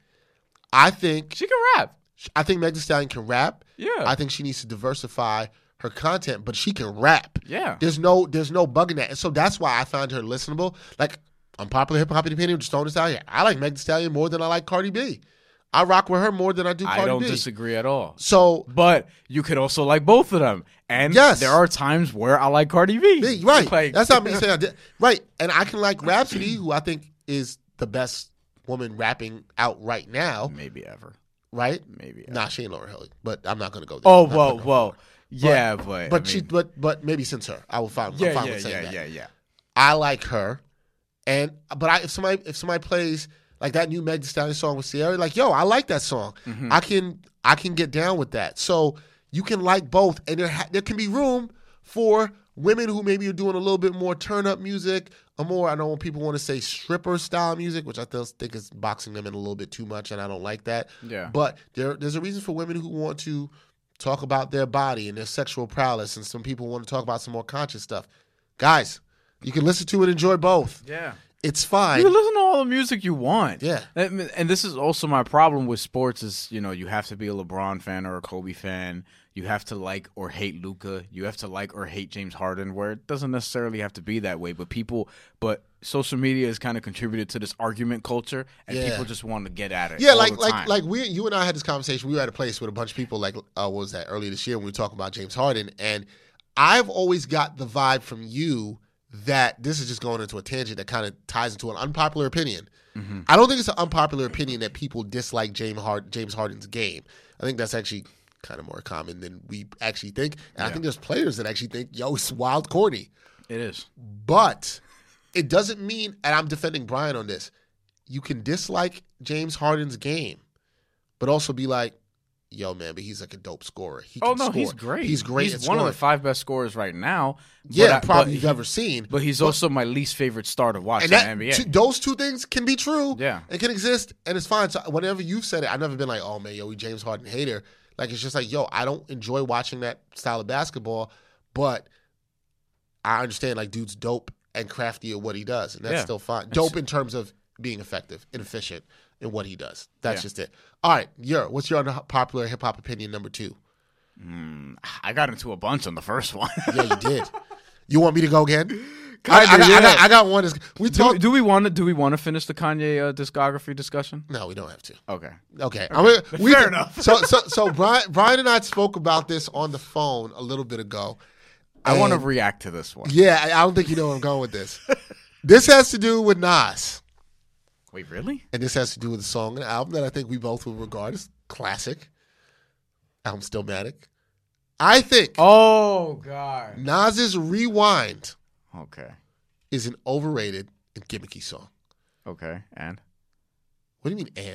S2: i think
S3: She can rap.
S2: I think Meg Thee Stallion can rap.
S3: Yeah.
S2: I think she needs to diversify her content, but she can rap.
S3: Yeah.
S2: There's no there's no bugging that. And so that's why I found her listenable. Like unpopular hip hop opinion, just throwing this out here. I like Meg Thee Stallion more than I like Cardi B. I rock with her more than I do Cardi
S3: I don't
S2: B.
S3: disagree at all.
S2: So
S3: But you could also like both of them. And
S2: Yes.
S3: there are times where I like Cardi B.
S2: Yeah, right.
S3: Like,
S2: That's not me saying I did. Right. And I can like Rhapsody, who I think is the best woman rapping out right now.
S3: maybe ever.
S2: Right?
S3: Maybe.
S2: Nah, she ain't Laura Hill, but I'm not gonna go there.
S3: Oh,
S2: I'm not
S3: whoa,
S2: gonna go
S3: whoa. Yeah, but I
S2: But she,
S3: mean,
S2: but but maybe since her, I will find. I'm
S3: yeah,
S2: fine
S3: yeah,
S2: with saying
S3: yeah,
S2: that.
S3: yeah, yeah.
S2: I like her, and but I, if somebody if somebody plays like that new Meg Thee Stallion song with Ciara, like yo, I like that song.
S3: Mm-hmm.
S2: I can I can get down with that. So you can like both, and there ha- there can be room for women who maybe are doing a little bit more turn up music, a more I know when people want to say stripper style music, which I still think is boxing them in a little bit too much, and I don't like that.
S3: Yeah.
S2: But there there's a reason for women who want to talk about their body and their sexual prowess, and some people want to talk about some more conscious stuff. Guys, you can listen to and enjoy both.
S3: Yeah.
S2: It's
S3: You
S2: fine.
S3: can listen to all the music you want.
S2: Yeah.
S3: And, and this is also my problem with sports is, you know, you have to be a LeBron fan or a Kobe fan. You have to like or hate Luca. You have to like or hate James Harden, where it doesn't necessarily have to be that way. But people, but social media has kind of contributed to this argument culture, and
S2: Yeah.
S3: people just want to get at it.
S2: Yeah,
S3: all
S2: like
S3: the
S2: like
S3: time.
S2: like we you and I had this conversation. We were at a place with a bunch of people like uh, what was that earlier this year when we were talking about James Harden and I've always got the vibe from you that this is just going into a tangent that kind of ties into an unpopular opinion.
S3: Mm-hmm.
S2: I don't think it's an unpopular opinion that people dislike James Hard James Harden's game. I think that's actually kind of more common than we actually think. And I think there's players that actually think, yo, it's wild corny.
S3: it is.
S2: But it doesn't mean, and I'm defending Brian on this, you can dislike James Harden's game, but also be like, yo, man, but he's like a dope scorer. He
S3: Oh
S2: can
S3: no,
S2: score.
S3: he's great.
S2: He's great.
S3: He's
S2: at
S3: one of the
S2: scoring."
S3: five best scorers right now. but
S2: yeah,
S3: I- but
S2: probably you've
S3: he-
S2: ever seen.
S3: But he's also my least favorite star to watch
S2: and that,
S3: in the NBA.
S2: two- those two things can be true.
S3: Yeah.
S2: it can exist, and it's fine. So whenever you've said it, I've never been like, "Oh man, yo, we James Harden hater." Like it's just like, "Yo, I don't enjoy watching that style of basketball," but I understand like dude's dope and crafty at what he does, and that's
S3: Yeah.
S2: still fine. Dope in terms of being effective and efficient in what he does. That's
S3: Yeah.
S2: just it. All right, your what's your unpopular hip hop opinion number two?
S3: I got into a bunch on the first one.
S2: Yeah, you did. You want me to go again? I, I,
S3: Kanye,
S2: got, I, got,
S3: yeah.
S2: I got one. Is, we
S3: Do,
S2: talked.
S3: do we want to do we want to finish the Kanye uh, discography discussion?
S2: No, we don't have to.
S3: Okay.
S2: Okay. I mean, we,
S3: Fair enough.
S2: So, so, so Brian, Brian and I spoke about this on the phone a little bit ago.
S3: I want to
S2: And-
S3: react to this one.
S2: Yeah, I, I don't think you know where I'm going with this. this has to do with Nas,
S3: Wait, really?
S2: and this has to do with a song and album that I think we both would regard as classic. Album Stillmatic. I think
S3: Oh god.
S2: Nas's Rewind
S3: Okay.
S2: is an overrated and gimmicky song.
S3: Okay. And
S2: What do you mean and?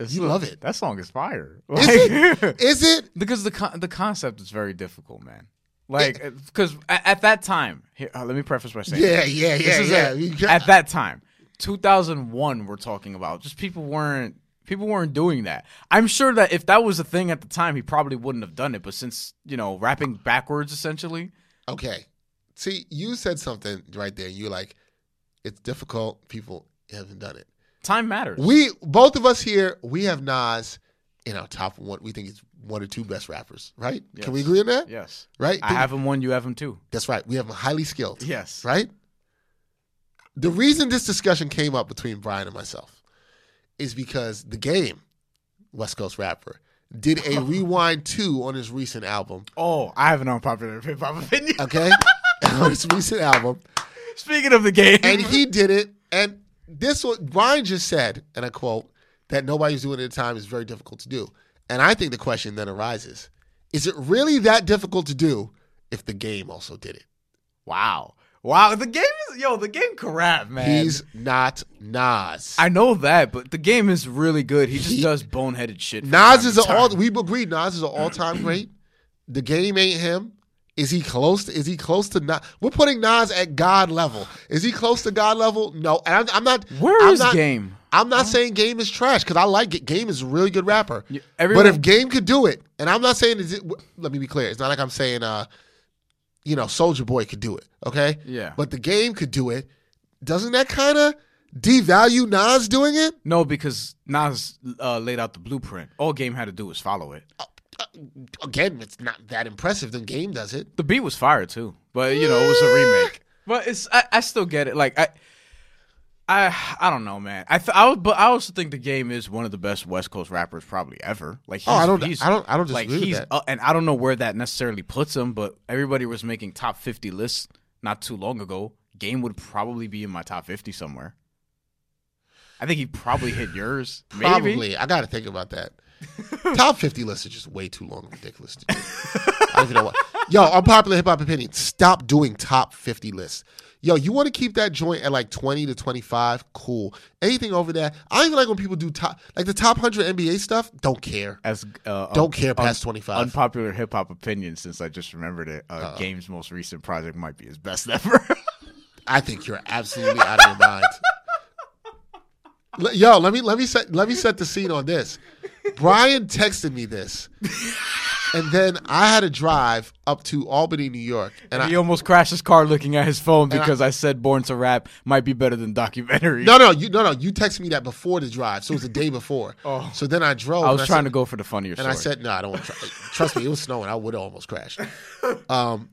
S3: It's-
S2: You love it.
S3: That song is fire.
S2: Is
S3: Like-
S2: it? Is it?
S3: because the con- the concept is very difficult, man. Like because at, that time, here, uh, let me preface by saying,
S2: Yeah, yeah,
S3: this
S2: yeah,
S3: is
S2: yeah.
S3: a-
S2: You got-
S3: at that time, 2001, we're talking about just people weren't people weren't doing that. I'm sure that if that was a thing at the time, he probably wouldn't have done it. But since you know, rapping backwards essentially,
S2: Okay. See, you said something right there. You're like, it's difficult. People haven't done it.
S3: time matters.
S2: We both of us here, we have Nas in our top one. We think he's one or two best rappers, right? Can we
S3: Yes.
S2: agree on that?
S3: yes,
S2: Right?
S3: I have him one, you have him two.
S2: That's right. We have him highly skilled.
S3: Yes,
S2: Right? The reason this discussion came up between Brian and myself is because the game, West Coast rapper, did a rewind two on his recent album.
S3: Oh, I have an unpopular hip hop opinion.
S2: Okay? on his recent album.
S3: Speaking of the game,
S2: and he did it. And this was Brian just said, and I quote, that nobody was doing it at the time is very difficult to do. And I think the question then arises: Is it really that difficult to do if the game also did it?
S3: wow, wow, the game is yo, the game can rap, man.
S2: He's not Nas.
S3: I know that, but the game is really good. He just
S2: He-
S3: does boneheaded shit. from time
S2: Nas
S3: to
S2: is an
S3: time.
S2: all. We agreed. Nas is an all-time great. The game ain't him. Is he close? To, is he close to Nas? We're putting Nas at God level. Is he close to God level? No. And I'm, I'm not.
S3: Where
S2: I'm
S3: is
S2: not-
S3: Game?
S2: I'm not saying Game is trash because I like it. Game is a really good rapper.
S3: Yeah, everyone-
S2: but if Game could do it, and I'm not saying, is it, w- let me be clear. It's not like I'm saying, uh, you know, Soldier Boy could do it. Okay.
S3: Yeah.
S2: But the Game could do it. Doesn't that kind of devalue Nas doing it?
S3: No, because Nas uh, laid out the blueprint. All Game had to do was follow it.
S2: Uh, again, it's not that impressive. The Game does it.
S3: The beat was fire too, but you know it was a remake. But it's I, I still get it. Like I, I I don't know, man. I th- I would, but I also think the game is one of the best West Coast rappers probably ever. Like
S2: Oh, I
S3: he's-
S2: don't-
S3: he's-
S2: I don't- I don't
S3: like
S2: disagree with
S3: he's
S2: that.
S3: uh, and I don't know where that necessarily puts him, but everybody was making top fifty lists not too long ago. Game would probably be in my top fifty somewhere. I think he probably hit yours. maybe.
S2: Probably. I got to think about that. Top 50 lists are just way too long and ridiculous to do. I don't even know what. Yo, unpopular hip hop opinion. Stop doing top 50 lists. Yo, you want to keep that joint at like 20 to 25? Cool. Anything over that? I don't even like when people do top, like the top 100 NBA stuff. Don't care.
S3: as uh,
S2: Don't care past 25.
S3: Unpopular hip hop opinion since I just remembered it. Uh,
S2: Uh-huh.
S3: Game's most recent project might be his best ever.
S2: I think you're absolutely out of your mind. Le- Yo, let me let me set let me set the scene on this. Brian texted me this, and then I had to drive up to Albany, New York, and I.
S3: he almost crashed his car looking at his phone because I, said Born to Rap might be better than documentary.
S2: No, no, you no, no. You texted me that before the drive, so it was the day before.
S3: Oh.
S2: So then I drove.
S3: I was
S2: and
S3: trying
S2: said-
S3: to go for the funnier
S2: And I said, no, I don't want to try. Trust me, it was snowing. I would have almost crashed. Um,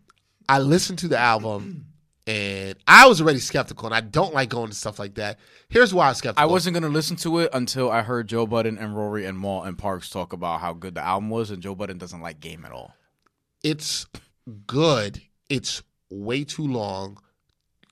S2: I listened to the album and I was already skeptical, and I don't like going to stuff like that. Here's why I was skeptical.
S3: I wasn't going to listen to it until I heard Joe Budden and Rory and Maul and Parks talk about how good the album was, and Joe Budden doesn't like Game at all.
S2: it's good. It's way too long.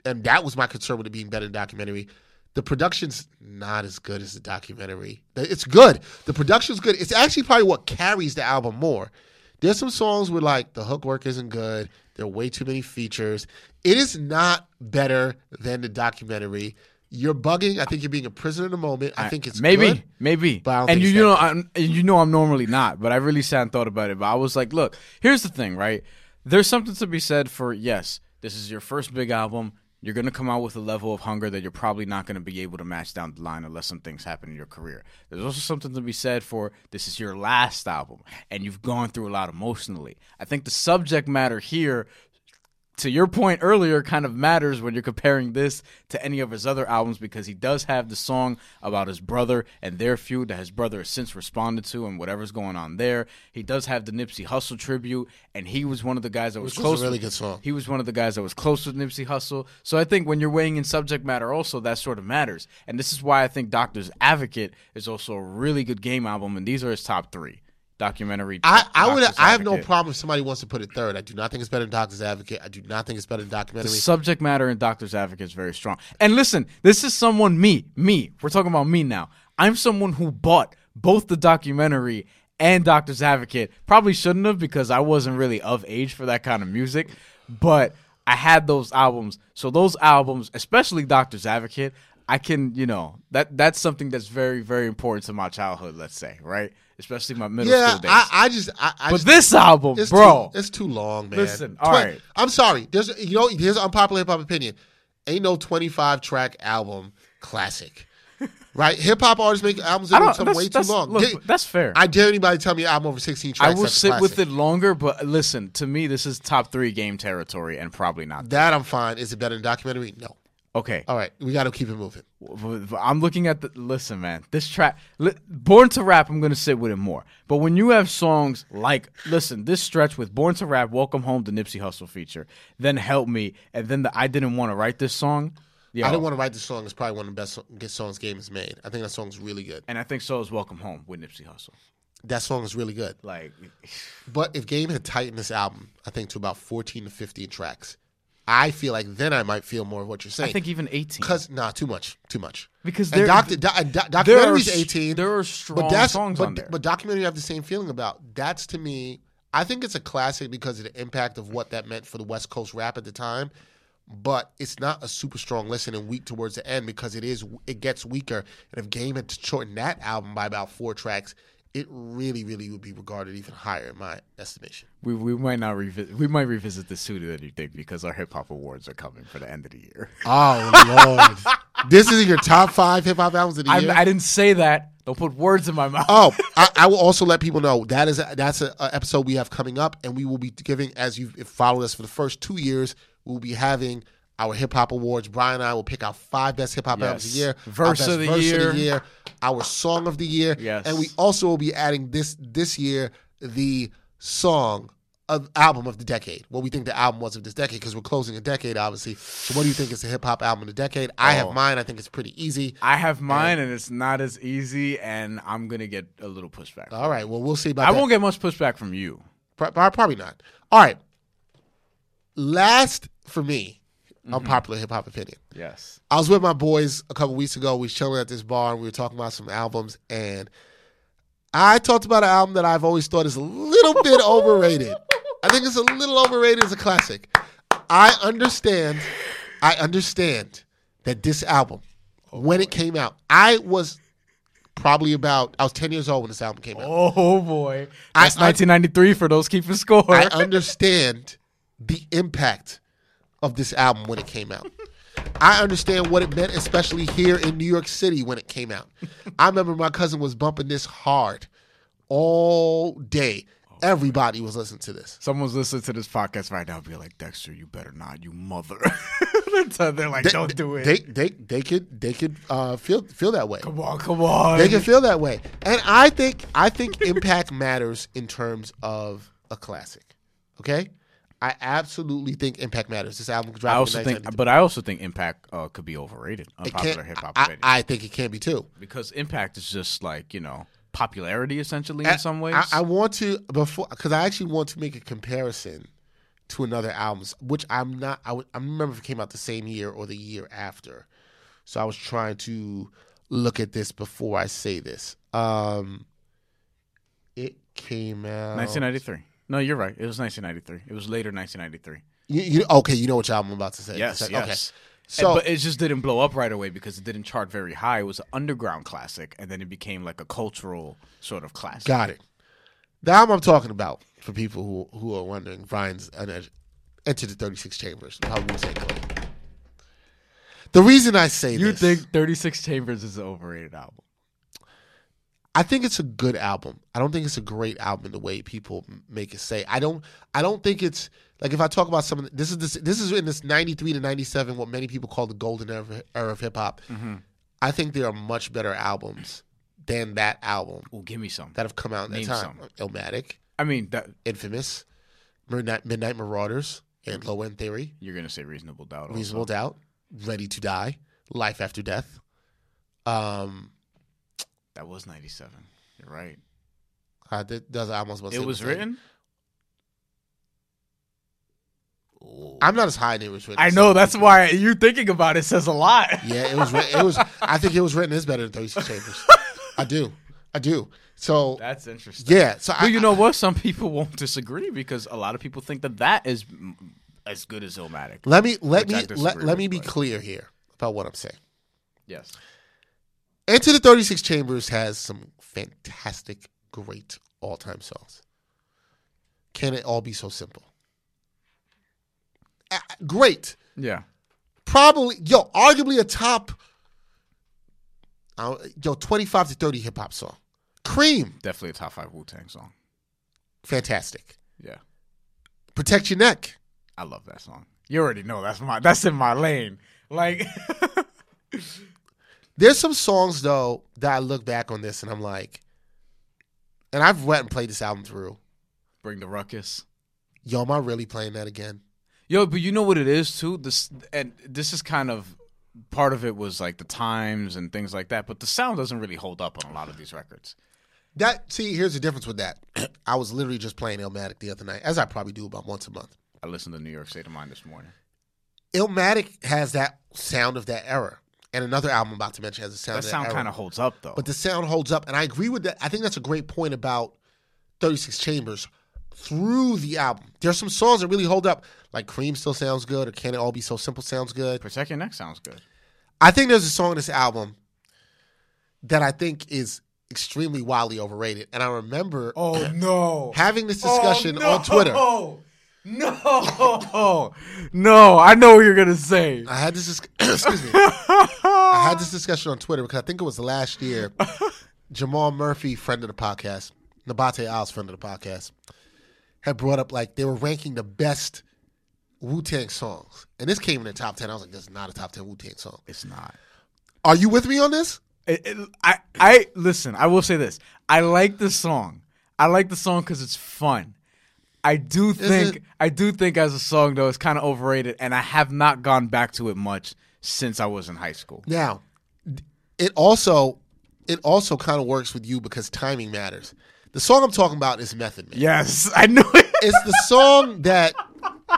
S2: And that was my concern with it being better than documentary. The production's not as good as the documentary. It's good. The production's good. It's actually probably what carries the album more. There's some songs where like the hook work isn't good. There are way too many features. It is not better than the documentary. You're bugging. I think you're being a prisoner of the moment. I, think it's
S3: maybe,
S2: good.
S3: maybe.
S2: but I don't think
S3: and you,
S2: it's
S3: you
S2: that
S3: know, I'm, and you know, I'm normally not, but I really sat and thought about it. But I was like, look, here's the thing, right? There's something to be said for yes, this is your first big album. You're gonna come out with a level of hunger that you're probably not gonna be able to match down the line unless some things happen in your career. There's also something to be said for this is your last album and you've gone through a lot emotionally. I think the subject matter here to your point earlier, kind of matters when you're comparing this to any of his other albums because he does have the song about his brother and their feud that his brother has since responded to and whatever's going on there. He does have the Nipsey Hussle tribute, and he was one of the guys that was
S2: was a
S3: close.
S2: really
S3: with-
S2: good song.
S3: He was one of the guys that was close with Nipsey Hussle. So I think when you're weighing in subject matter, also that sort of matters, and this is why I think Doctor's Advocate is also a really good game album, and these are his top three documentary.
S2: I, I would
S3: Doctor's
S2: I have no
S3: Advocate.
S2: problem if somebody wants to put it third. I do not think it's better than Doctor's Advocate. I do not think it's better than
S3: The
S2: documentary.
S3: subject matter in Doctor's Advocate is very strong. And listen, this is someone me, me. We're talking about me now. I'm someone who bought both the documentary and Doctor's Advocate. Probably shouldn't have because I wasn't really of age for that kind of music, but I had those albums. So those albums, especially Doctor's Advocate, I can, you know, that that's something that's very very important to my childhood, let's say, right? Especially my middle
S2: yeah,
S3: school days.
S2: I, I just I, I
S3: but
S2: just,
S3: this album,
S2: it's
S3: bro.
S2: too, it's too long, man.
S3: Listen,
S2: Twen-
S3: all right.
S2: I'm sorry. There's you know here's an unpopular hip hop opinion. Ain't no 25 track album classic, right? Hip hop artists make albums
S3: I
S2: that are
S3: don't-
S2: some
S3: that's-
S2: way too
S3: that's-
S2: long.
S3: look,
S2: Get-
S3: that's fair.
S2: I dare anybody to tell me an album over 16 tracks.
S3: I will
S2: that's a
S3: sit with
S2: classic.
S3: it longer, but listen, to me, this is top three game territory and probably not.
S2: That I'm fine. Is it better than documentary? No.
S3: Okay.
S2: All right, we got to keep it moving.
S3: W- w- I'm looking at the. Listen, man, this track. Li- Born to Rap, I'm going to sit with it more. But when you have songs like, listen, this stretch with Born to Rap, Welcome Home, the Nipsey Hustle feature, then Help Me, and then the I Didn't Want to Write This Song. Yeah.
S2: I didn't want to write this song. It's probably one of the best so- songs Game has made. I think that song's really good.
S3: and I think so is Welcome Home with Nipsey Hustle.
S2: That song is really good.
S3: Like,
S2: But if Game had tightened this album, I think to about 14 to 15 tracks, I feel like then I might feel more of what you're saying.
S3: I think even 18.
S2: Cause nah, too much, too much.
S3: Because
S2: and
S3: there-
S2: doctor, do, uh, do,
S3: there are
S2: documentary's
S3: s-
S2: eighteen.
S3: there are strong songs
S2: but,
S3: on there.
S2: But documentary, I have the same feeling about. That's to me, I think it's a classic because of the impact of what that meant for the West Coast rap at the time. But it's not a super strong listen and weak towards the end because it is it gets weaker. And if Game had shortened that album by about four tracks, it really, really would be regarded even higher in my estimation.
S3: We, we might not revisit. We might revisit this sooner than you think because our hip hop awards are coming for the end of the year.
S2: Oh lord, this is your top five hip hop albums of the
S3: I,
S2: year.
S3: I didn't say that. Don't put words in my mouth.
S2: Oh, I, I will also let people know that is a, that's a, a episode we have coming up, and we will be giving as you've followed us for the first two years. We'll be having our hip hop awards. Brian and I will pick our five best hip hop albums of the
S3: Yes.
S2: year, our
S3: Verse
S2: best
S3: of the year.
S2: our song of the year,
S3: Yes.
S2: and we also will be adding this this year the song of album of the decade. What we think the album was of this decade because we're closing a decade, obviously. So, what do you think is the hip hop album of the decade? I
S3: Oh.
S2: have mine. I think it's pretty easy.
S3: I have mine, and it's not as easy. And I'm gonna get a little pushback.
S2: All right. Well, we'll see about
S3: I
S2: that.
S3: won't get much pushback from you.
S2: Pro- pro- Probably not. All right. Last for me, unpopular hip hop opinion.
S3: Yes.
S2: I was with my boys a couple weeks ago. We was chilling at this bar and we were talking about some albums. And I talked about an album that I've always thought is a little bit overrated. I think it's a little overrated as a classic. I understand. I understand that this album, when it came out, I was probably about, I was 10 years old when this album came out.
S3: Oh boy,
S2: I-
S3: that's
S2: I-
S3: 1993 for those keeping score.
S2: I understand the impact of this album when it came out. I understand what it meant, especially here in New York City when it came out. I remember my cousin was bumping this hard all day. Everybody was listening to this.
S3: Someone's listening to this podcast right now. Be like, Dexter, you better not, you mother. So They're like, don't do it.
S2: They they they could they could uh, feel feel that way.
S3: come on, come on.
S2: They can feel that way, and I think I think impact matters in terms of a classic. Okay, I absolutely think impact matters. This album dropped.
S3: I
S2: in
S3: also think,
S2: 1993.
S3: but I also think Impact uh, could be overrated.
S2: It can't-
S3: Unpopular hip hop.
S2: I-
S3: opinion.
S2: I, I think it can be too.
S3: because impact is just like you know popularity essentially in some ways.
S2: I, I want to before because I actually want to make a comparison to another albums, which I'm not. I, would, I remember if it came out the same year or the year after. So I was trying to look at this before I say this. Um, it came out.
S3: 1993. No, you're right. It was 1993. It was later 1993.
S2: You, you, okay, you know what album I'm about to say.
S3: Yes,
S2: Okay.
S3: yes.
S2: So
S3: but it just didn't blow up right away because it didn't chart very high. It was an underground classic, and then it became like a cultural sort of classic.
S2: Got it. The album I'm talking about, for people who who are wondering, Brian's unedu- entered the 36 Chambers. How would say claim. The reason I say
S3: you
S2: this,
S3: think 36 Chambers is an overrated album?
S2: I think it's a good album. I don't think it's a great album the way people m- make it say. I don't. I don't think it's like if I talk about some. of the- This is this. This is in this '93 to '97, what many people call the golden era, era of hip hop. I think there are much better albums than that album
S3: Well, give me some.
S2: that have come out in that
S3: Name
S2: time. Illmatic,
S3: I mean, that
S2: Infamous, Midnight, Midnight Marauders, and
S3: Mm-hmm.
S2: Low End Theory,
S3: you're gonna say reasonable doubt. Oh, also.
S2: Reasonable Doubt, Ready to Die, Life After Death. Um,
S3: That was '97. You're right.
S2: I did, does I almost about to
S3: It
S2: say
S3: was
S2: the same.
S3: written.
S2: I'm not as high in it was written.
S3: I
S2: as
S3: know.
S2: some
S3: That's
S2: people.
S3: why you thinking about it says a lot.
S2: Yeah, it was. writ- It was. I think it was written is better than Thirty Six Chambers. I do. I do. So
S3: That's interesting.
S2: yeah. So I,
S3: But you know what? Some people won't disagree because a lot of people think that that is mm, as good as Illmatic.
S2: let me let
S3: Which I
S2: me let,
S3: disagree
S2: let
S3: with,
S2: me be
S3: but-
S2: clear here about what I'm saying.
S3: Yes.
S2: Enter the Thirty Six Chambers has some fantastic, great all time songs. Can it all be so simple? Uh, great.
S3: Yeah.
S2: probably yo arguably a top I don't- yo 25 to 30 hip hop song cream
S3: Definitely a top five Wu Tang song.
S2: fantastic
S3: Yeah.
S2: protect your neck
S3: I love that song. You already know that's my that's in my lane. Like
S2: there's some songs though that I look back on this and I'm like and I've went and played this album through
S3: Bring the Ruckus.
S2: yo am I really playing that again
S3: Yo, but you know what it is too? This and this is kind of part of it was like the times and things like that, but the sound doesn't really hold up on a lot of these records.
S2: that see here's the difference with that I was literally just playing Illmatic the other night as I probably do about once a month
S3: I listened to New York State of Mind this morning.
S2: Illmatic has that sound of that era and another album I'm about to mention has a sound of
S3: That
S2: that
S3: sound
S2: era.
S3: kind of holds up though.
S2: but the sound holds up. And I agree with that. I think that's a great point about 36 Chambers through the album. There's some songs that really hold up, like Cream still sounds good, or Can It All Be So Simple sounds good.
S3: Protect Your Neck sounds good.
S2: I think there's a song in this album that I think is extremely wildly overrated. And I remember
S3: Oh no.
S2: having this discussion
S3: Oh,
S2: on Twitter.
S3: No. No, I know what you're going to say.
S2: I had this dis- excuse me. I had this discussion on Twitter because I think it was last year. Jamal Murphy, friend of the podcast, Nabate Isles, friend of the podcast, had brought up like they were ranking the best Wu Tang songs, and this came in the top ten. I was like, "This is not a top ten Wu Tang song."
S3: It's not.
S2: Are you with me on this?
S3: It, it- I I listen. I will say this. I like the song. I like the song because it's fun. I do think
S2: it?
S3: I do think as a song though it's kind of overrated, and I have not gone back to it much since I was in high school.
S2: Now, it also it also kind of works with you because timing matters. The song I'm talking about is Method Man.
S3: Yes, I knew it.
S2: it's the song that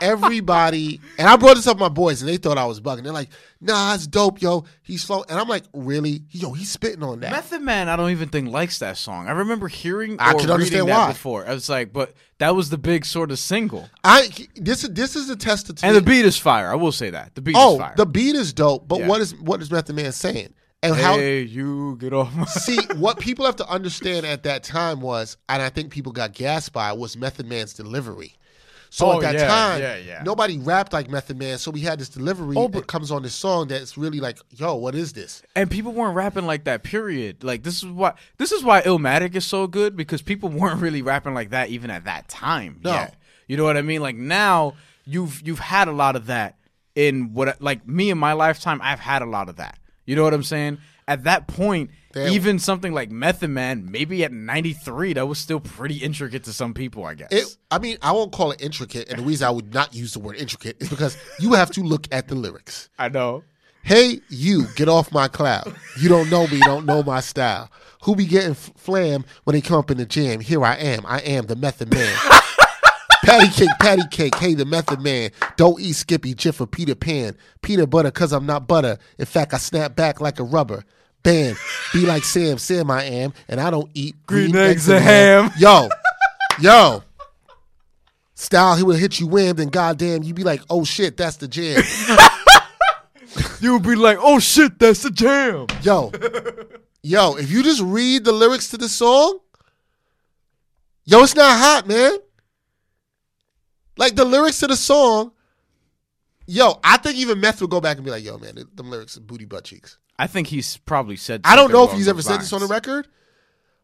S2: everybody and I brought this up with my boys and they thought I was bugging. They're like, "Nah, it's dope, yo. He's slow." And I'm like, "Really? Yo, he's spitting on that."
S3: Method Man, I don't even think likes that song. I remember hearing
S2: I
S3: or
S2: could
S3: reading
S2: understand
S3: that
S2: why.
S3: before. I was like, but that was the big sort of single,
S2: I this is this is a test of
S3: and the beat is fire. I will say that the beat is
S2: Oh,
S3: fire.
S2: the beat is dope, but
S3: Yeah.
S2: what is what is Method Man saying? And how
S3: hey, you get off my
S2: see what people have to understand at that time was, and I think people got gassed by was Method Man's delivery. So
S3: Oh,
S2: at that
S3: yeah,
S2: time,
S3: yeah, yeah.
S2: nobody rapped like Method Man, so we had this delivery
S3: Oh,
S2: that comes on this song that's really like, yo, what is this?
S3: And people weren't rapping like that. Period. Like this is why this is why Illmatic is so good because people weren't really rapping like that even at that time.
S2: No.
S3: yet. you know what I mean. Like now you've you've had a lot of that in what like me in my lifetime. I've had a lot of that. You know what I'm saying? At that point,
S2: Damn.
S3: even something like Method Man, maybe at 93, that was still pretty intricate to some people. I guess.
S2: It, I mean, I won't call it intricate, and the reason I would not use the word intricate is because you have to look at the lyrics.
S3: I know.
S2: Hey, you, get off my cloud. You don't know me, don't know my style. Who be getting f- flam when they come up in the jam? Here I am, I am the Method Man. patty cake, patty cake, hey, the Method Man. Don't eat Skippy, Jiffer, Peter Pan. Peanut butter, cause I'm not butter. In fact, I snap back like a rubber. Bam, be like Sam, Sam I am, and I don't eat
S3: Green eggs and ham.
S2: Yo, yo. Style, he will hit you wham, then goddamn, you be like, oh shit, that's the jam.
S3: You would be like, "Oh shit, that's the jam."
S2: Yo, yo, if you just read the lyrics to the song, yo, it's not hot, man. Like the lyrics to the song, yo, I think even Meth would go back and be like, yo, man, them lyrics are booty butt cheeks.
S3: I think he's probably said.
S2: I don't
S3: something
S2: know if
S3: along
S2: he's
S3: those
S2: ever said this on
S3: lines.
S2: the record,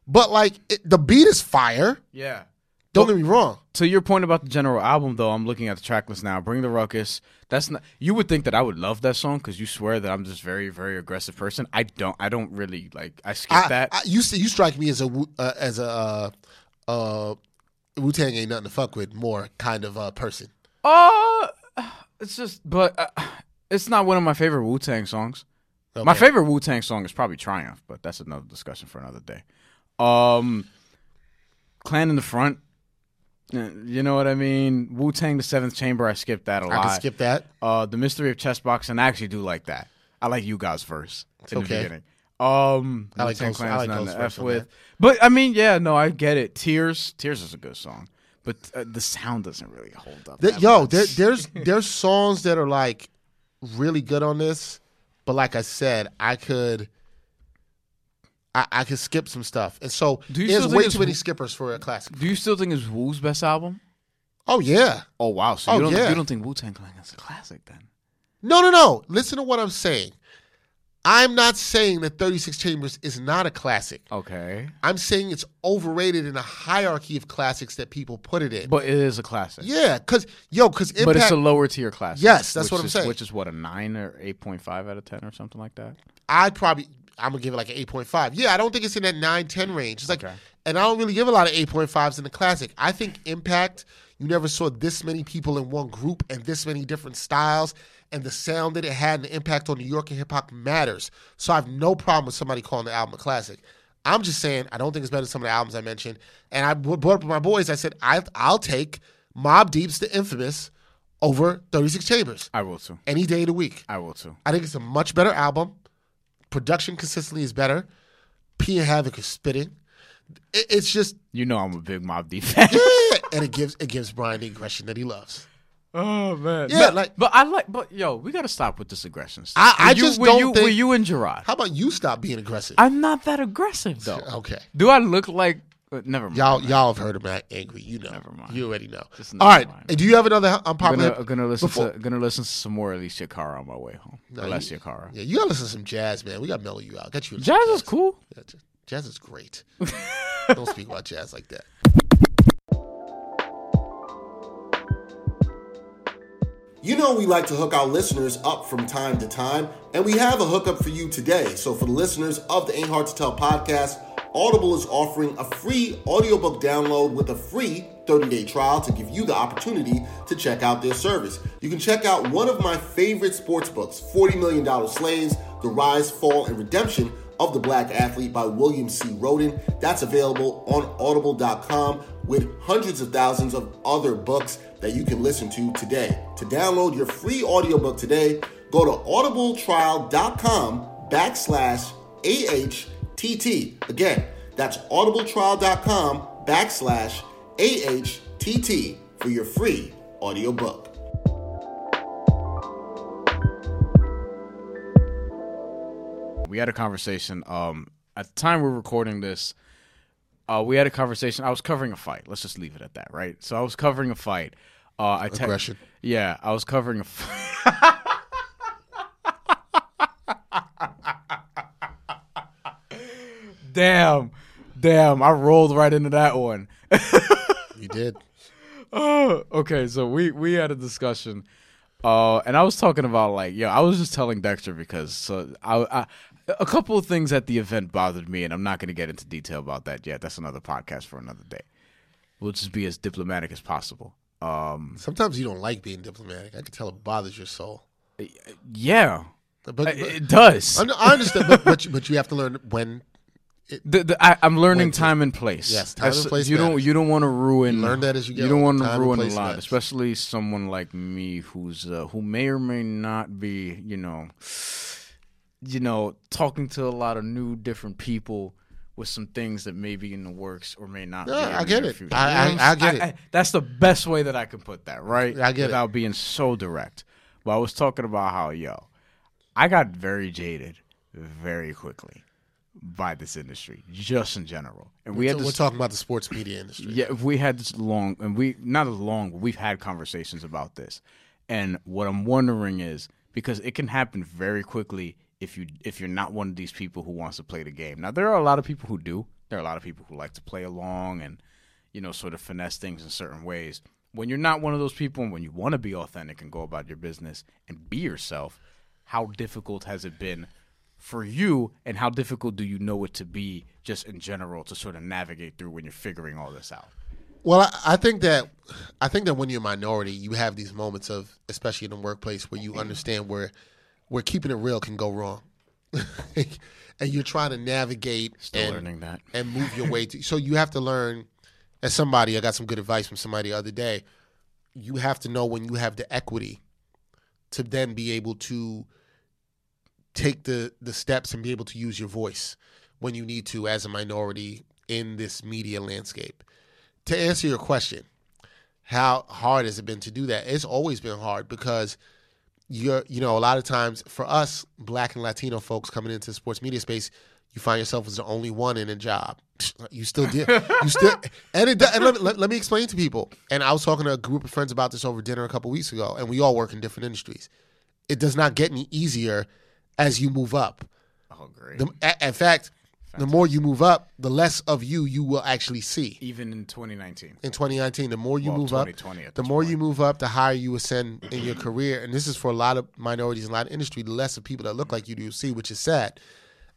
S2: But like it, the beat is fire.
S3: Yeah.
S2: Don't get me wrong.
S3: To your point about the general album, though, I'm looking at the track list now. Bring the Ruckus. That's not. You would think that I would love that song because you swear that I'm just very, very aggressive person. I don't. I don't really like. I skip
S2: I,
S3: that.
S2: I, you see, you strike me as a Wu- uh, as a uh, uh, Wu Tang ain't nothing to fuck with more kind of uh, person.
S3: Uh, it's just, but uh, it's not one of my favorite Wu Tang songs. My
S2: Okay.
S3: favorite Wu Tang song is probably Triumph, but that's another discussion for another day. Um, Clan in the Front, uh, you know what I mean? Wu Tang, The Seventh Chamber, I skipped that a
S2: I
S3: lot.
S2: can skip that.
S3: Uh, The Mystery of Chess Box, and I actually do like that. I like you guys verse in
S2: Okay.
S3: the beginning. Um,
S2: I like
S3: Wu-Tang
S2: Ghost- I
S3: Clan's
S2: like
S3: nothing to
S2: Ghost verse
S3: F
S2: on
S3: with.
S2: that.
S3: But I mean, yeah, no, I get it. Tears, Tears is a good song, but uh, the sound doesn't really hold up.
S2: There-
S3: that
S2: yo,
S3: much.
S2: there, there's there's songs that are like really good on this, but like I said, I could. I, I could skip some stuff, and so
S3: Do you
S2: there's
S3: still think
S2: way
S3: it's
S2: too many
S3: Wu-
S2: skippers for a classic.
S3: Do you still think it's Wu's best album?
S2: Oh yeah,
S3: Oh wow! So
S2: Oh,
S3: you don't
S2: yeah.
S3: you don't think Wu Tang Clan is a classic then?
S2: no, no, no. Listen to what I'm saying. I'm not saying that 36 Chambers is not a classic.
S3: Okay,
S2: I'm saying it's overrated in a hierarchy of classics that people put it in.
S3: but it is a classic.
S2: yeah, because yo, because impact.
S3: But it's a lower tier classic.
S2: Yes, that's
S3: which
S2: what I'm
S3: is-
S2: saying.
S3: Which is what a nine or eight point five out of ten or something like that.
S2: I'd probably I'm gonna give it like an 8.5. Yeah, I don't think it's in that 9, 10 range. It's like,
S3: Okay.
S2: and I don't really give a lot of 8.5s in the classic. I think impact. You never saw this many people in one group and this many different styles, and the sound that it had and the impact on New York and hip hop matters. So I have no problem with somebody calling the album a classic. I'm just saying I don't think it's better than some of the albums I mentioned. And I brought up with my boys. I said I, I'll take Mob Deep's The Infamous over 36 Chambers
S3: I will too.
S2: any day of the week.
S3: I will too.
S2: I think it's a much better album. Production consistently is better. P and Havoc is spitting. It- it's just eh,
S3: You know I'm a big Mob Deep fan.
S2: and it gives it gives Brian the aggression that he loves.
S3: oh man.
S2: Yeah,
S3: No,
S2: like-
S3: But I like. But yo, we gotta stop with this aggression.
S2: I-
S3: stuff. Were
S2: I
S3: you,
S2: just
S3: were
S2: don't
S3: you,
S2: think-
S3: Were you and Gerard?
S2: How about you stop being aggressive?
S3: I'm not that aggressive though.
S2: okay.
S3: Do I look like? uh, never mind.
S2: Y'all, y'all have heard him act angry. You know.
S3: Never mind.
S2: You already know.
S3: Just
S2: All
S3: never
S2: right.
S3: mind.
S2: And Do you have another um,
S3: I'm
S2: unpopular?
S3: gonna, gonna listen
S2: before-
S3: to gonna listen to some more Alicia Cara on my way home. Alicia Cara.
S2: yeah, you gotta listen to some jazz, man. We gotta mellow you out. Get you. into some
S3: Jazz is cool.
S2: Yeah, j- Jazz is great. Don't speak about jazz like that.
S4: You know, we like to hook our listeners up from time to time, and we have a hookup for you today. So, for the listeners of the Ain't Hard to Tell podcast, Audible is offering a free audiobook download with a free 30 day trial to give you the opportunity to check out their service. You can check out one of my favorite sports books, $40 Million Slaves The Rise, Fall, and Redemption of the Black Athlete by William C. Roden. That's available on audible.com with hundreds of thousands of other books that you can listen to today. To download your free audiobook today, go to audibletrial.com backslash AHTT. Again, that's audibletrial.com backslash AHTT for your free audiobook.
S3: We had a conversation. Um, at the time we we're recording this, uh, we had a conversation. I was covering a fight. Let's just leave it at that, right? So I was covering a fight. Uh, I te-
S2: Aggression.
S3: Yeah, I was covering a. F- damn, damn! I rolled right into that one.
S2: You did.
S3: Oh, okay, so we we had a discussion, uh, and I was talking about like, yo, I was just telling Dexter because so I, I a couple of things at the event bothered me, and I'm not going to get into detail about that yet. That's another podcast for another day. We'll just be as diplomatic as possible. Um,
S2: Sometimes you don't like being diplomatic. I can tell it bothers your soul.
S3: yeah,
S2: But,
S3: I-
S2: but
S3: Uh, it does.
S2: I know- I understand, but, but you, but you have to learn when
S3: The, the, I, I'm learning
S2: Wait,
S3: time and place.
S2: Yes, time and place
S3: You don't
S2: matters.
S3: you don't want to ruin.
S2: learn that as you
S3: You
S2: go.
S3: don't want
S2: Time
S3: to
S2: and
S3: ruin a
S2: place
S3: lot,
S2: matters.
S3: especially someone like me who's uh, who may or may not be, you know, you know, talking to a lot of new different people with some things that may be in the works or may not.
S2: Yeah,
S3: be
S2: I
S3: in
S2: get
S3: the near
S2: it.
S3: future.
S2: I-
S3: You know
S2: I-
S3: what I'm
S2: I
S3: s-
S2: get it.
S3: that's the best way that I can put that, right?
S2: I get it.
S3: without being so direct. But I was talking about how yo, I got very jaded very quickly by this industry, just in general. And we
S2: So
S3: had this
S2: we're talking about the sports media industry.
S3: yeah, if we had this long, and we not as long, but we've had conversations about this. And what I'm wondering is because it can happen very quickly if you if you're not one of these people who wants to play the game. Now there are a lot of people who do. there are a lot of people who like to play along and you know sort of finesse things in certain ways. When you're not one of those people, and when you want to be authentic and go about your business and be yourself, how difficult has it been for you, and how difficult do you know it to be just in general to sort of navigate through when you're figuring all this out?
S2: Well, I, I think that I think that when you're a minority, you have these moments of, especially in the workplace, where you understand where where keeping it real can go wrong, and you're trying to navigate
S3: Still
S2: and,
S3: learning that.
S2: and move your way. To, so you have to learn. As somebody, I got some good advice from somebody the other day. You have to know when you have the equity to then be able to take the the steps and be able to use your voice when you need to as a minority in this media landscape. To answer your question, how hard has it been to do that? It's always been hard because you're you know a lot of times for us black and latino folks coming into the sports media space you find yourself as the only one in a job you still deal you still and it do- and let, let, let me explain to people and i was talking to a group of friends about this over dinner a couple weeks ago and we all work in different industries it does not get any easier as you move up
S3: Oh, great.
S2: the, a- in fact the more you move up the less of you you will actually see
S3: Even in 2019.
S2: in 2019. The more you
S3: Well,
S2: move up,
S3: 2020 at
S2: the
S3: this
S2: more you move up, the higher you ascend in your career. And this is for a lot of minorities and a lot of industry. The less of people that look like you do you see, which is sad.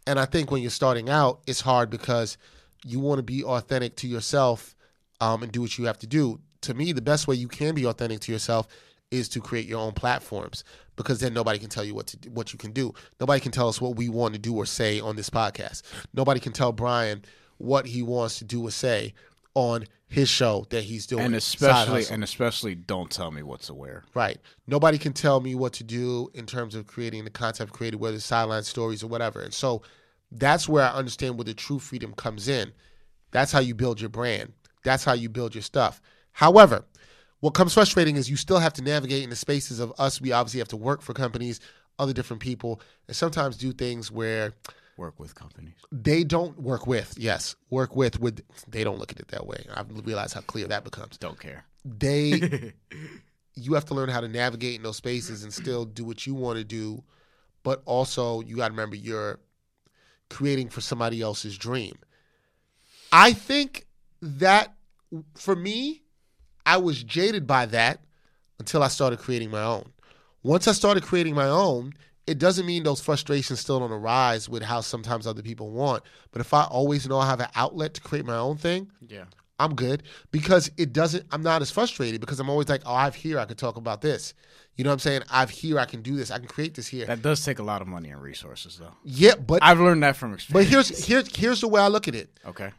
S2: And I think when you're starting out, it's hard because you want to be authentic to yourself um, and do what you have to do. To me, the best way you can be authentic to yourself is to create your own platforms because then nobody can tell you what to do, what you can do. Nobody can tell us what we want to do or say on this podcast. Nobody can tell Brian what he wants to do or say on his show that he's doing.
S3: And
S2: Side
S3: especially,
S2: Hustle.
S3: and especially, don't tell me what to wear.
S2: Right. Nobody can tell me what to do in terms of creating the content I've created, whether it's sideline stories or whatever. And so that's where I understand where the true freedom comes in. That's how you build your brand. That's how you build your stuff. However, what comes frustrating is you still have to navigate in the spaces of us. We obviously have to work for companies, other different people, and sometimes do things where
S3: Work with companies.
S2: they don't work with. Yes, work with with they don't look at it that way. I realize how clear that becomes
S3: Don't care.
S2: they you have to learn how to navigate in those spaces and still do what you want to do but also you got to remember you're creating for somebody else's dream i think that for me i was jaded by that until i started creating my own once i started creating my own it doesn't mean those frustrations still don't arise with how sometimes other people want but if i always know i have an outlet to create my own thing
S3: Yeah.
S2: I'm good because it doesn't. I'm not as frustrated because I'm always like, oh, I've here. I can talk about this. You know what I'm saying? I've here. I can do this. I can create this here.
S3: That does take a lot of money and resources, though.
S2: yeah, but
S3: I've learned that from
S2: but
S3: experience.
S2: here's here's here's the way I look at it.
S3: okay.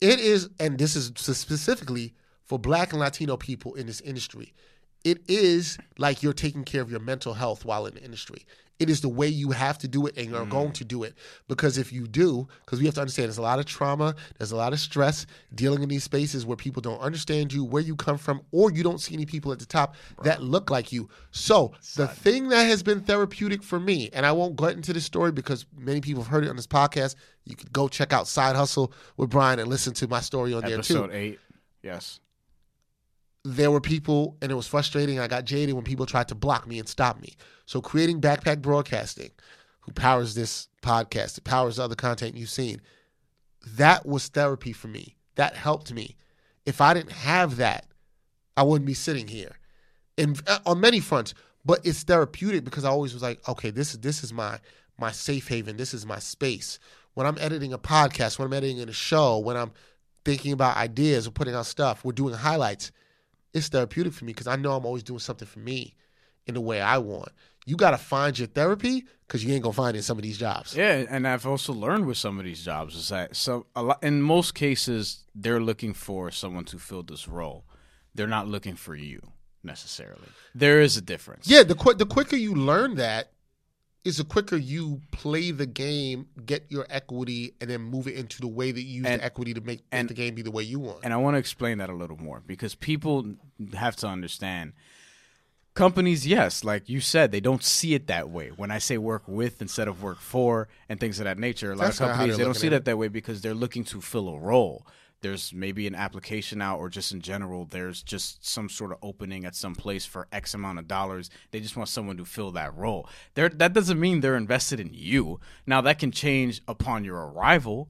S2: It is, and this is specifically for Black and Latino people in this industry. It is like you're taking care of your mental health while in the industry. It is the way you have to do it, and you're going to do it because if you do, because we have to understand, there's a lot of trauma, there's a lot of stress dealing in these spaces where people don't understand you, where you come from, or you don't see any people at the top that look like you. So the thing that has been therapeutic for me, and I won't go into this story because many people have heard it on this podcast. You could go check out Side Hustle with Brian and listen to my story on there
S3: Episode
S2: too.
S3: eight. Yes.
S2: There were people, and it was frustrating. I got jaded when people tried to block me and stop me. So creating Backpack Broadcasting, who powers this podcast, it powers the other content you've seen. That was therapy for me. That helped me. If I didn't have that, I wouldn't be sitting here, in uh, on many fronts. But it's therapeutic because I always was like, okay, this is this is my my safe haven. This is my space. When I'm editing a podcast, when I'm editing a show, when I'm thinking about ideas or putting out stuff, we're doing highlights. It's therapeutic for me because I know I'm always doing something for me in the way I want. You got to find your therapy because you ain't gonna find it in some of these jobs.
S3: Yeah, and I've also learned with some of these jobs is that so a lot, in most cases they're looking for someone to fill this role. They're not looking for you necessarily. There is a difference.
S2: Yeah, the qu- the quicker you learn that, is the quicker you play the game, get your equity, and then move it into the way that you use
S3: And-
S2: the equity to make
S3: and-
S2: the game be the way you want.
S3: And I want to explain that a little more because people have to understand companies, yes, like you said, they don't see it that way. When I say work with instead of work for and things of that nature, a lot
S2: That's
S3: of
S2: not how
S3: companies
S2: they're
S3: they don't
S2: looking
S3: see
S2: at
S3: that that way because they're looking to fill a role. There's maybe an application out, or just in general, there's just some sort of opening at some place for X amount of dollars. They just want someone to fill that role. They're, that doesn't mean they're invested in you. Now, that can change upon your arrival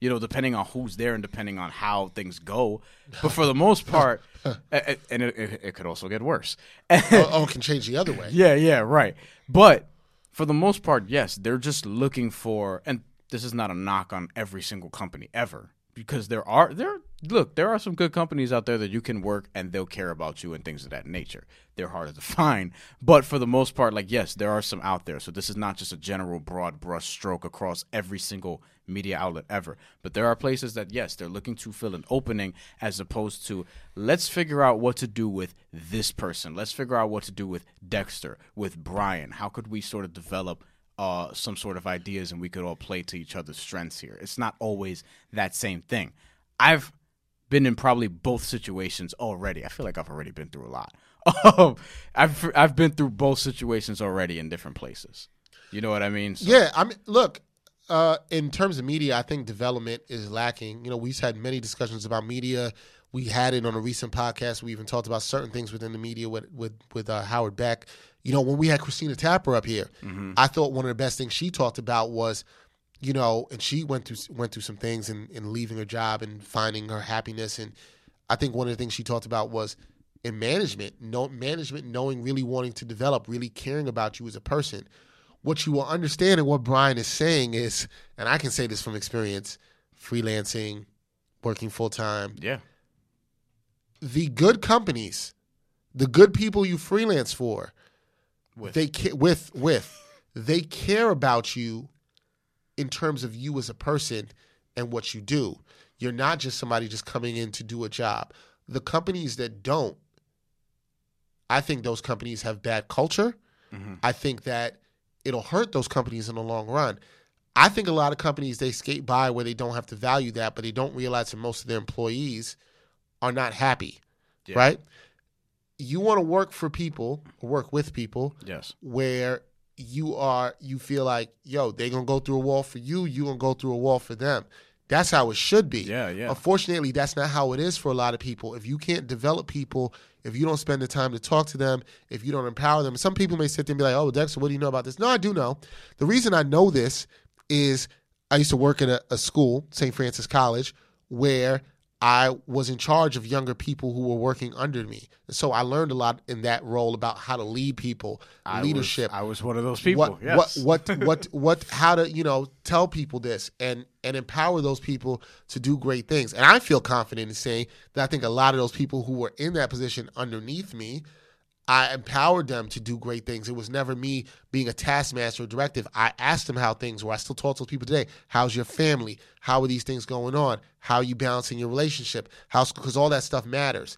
S3: you know, depending on who's there and depending on how things go. But for the most part, a- a- and it, it, it could also get worse.
S2: oh, oh, it can change the other way.
S3: Yeah, yeah, right. But for the most part, yes, they're just looking for and this is not a knock on every single company ever because there are there look, there are some good companies out there that you can work and they'll care about you and things of that nature. They're harder to find, but for the most part like yes, there are some out there. So this is not just a general broad brush stroke across every single media outlet ever. But there are places that yes, they're looking to fill an opening as opposed to let's figure out what to do with this person. Let's figure out what to do with Dexter, with Brian. How could we sort of develop uh, some sort of ideas and we could all play to each other's strengths here? It's not always that same thing. I've been in probably both situations already. I feel like I've already been through a lot. Um, I've I've been through both situations already in different places. You know what I mean? So-
S2: Yeah, I mean, look, uh, in terms of media, I think development is lacking. You know, we've had many discussions about media. We had it on a recent podcast. We even talked about certain things within the media with with with uh, Howard Beck. You know, when we had Christina Tapper up here,
S3: Mm-hmm.
S2: I thought one of the best things she talked about was, you know, and she went through went through some things and in, in leaving her job and finding her happiness. And I think one of the things she talked about was in management, no management knowing really wanting to develop, really caring about you as a person what you will understand and what Brian is saying is, and I can say this from experience, freelancing, working full time,
S3: yeah.
S2: the good companies, the good people you freelance for,
S3: With.
S2: they ca- with with they care about you in terms of you as a person and what you do. You're not just somebody just coming in to do a job. The companies that don't, I think those companies have bad culture.
S3: Mm-hmm.
S2: I think that it'll hurt those companies in the long run. I think a lot of companies they skate by where they don't have to value that, but they don't realize that most of their employees are not happy.
S3: Yeah.
S2: Right? You want to work for people, work with people
S3: Yes.
S2: where you are you feel like yo they gonna go through a wall for you you gonna go through a wall for them that's how it should be
S3: Yeah, yeah.
S2: unfortunately that's not how it is for a lot of people if you can't develop people if you don't spend the time to talk to them if you don't empower them some people may sit there and be like oh dexter what do you know about this no i do know the reason i know this is i used to work at a, a school st francis college where i was in charge of younger people who were working under me so i learned a lot in that role about how to lead people
S3: I
S2: leadership.
S3: Was, I was one of those people.
S2: what,
S3: yes.
S2: what what what what how to you know tell people this and and empower those people to do great things. And I feel confident in saying that I think a lot of those people who were in that position underneath me, I empowered them to do great things. It was never me being a taskmaster or directive. I asked them how things were. I still talk to those people today. How's your family? How are these things going on? How are you balancing your relationship? How's because all that stuff matters.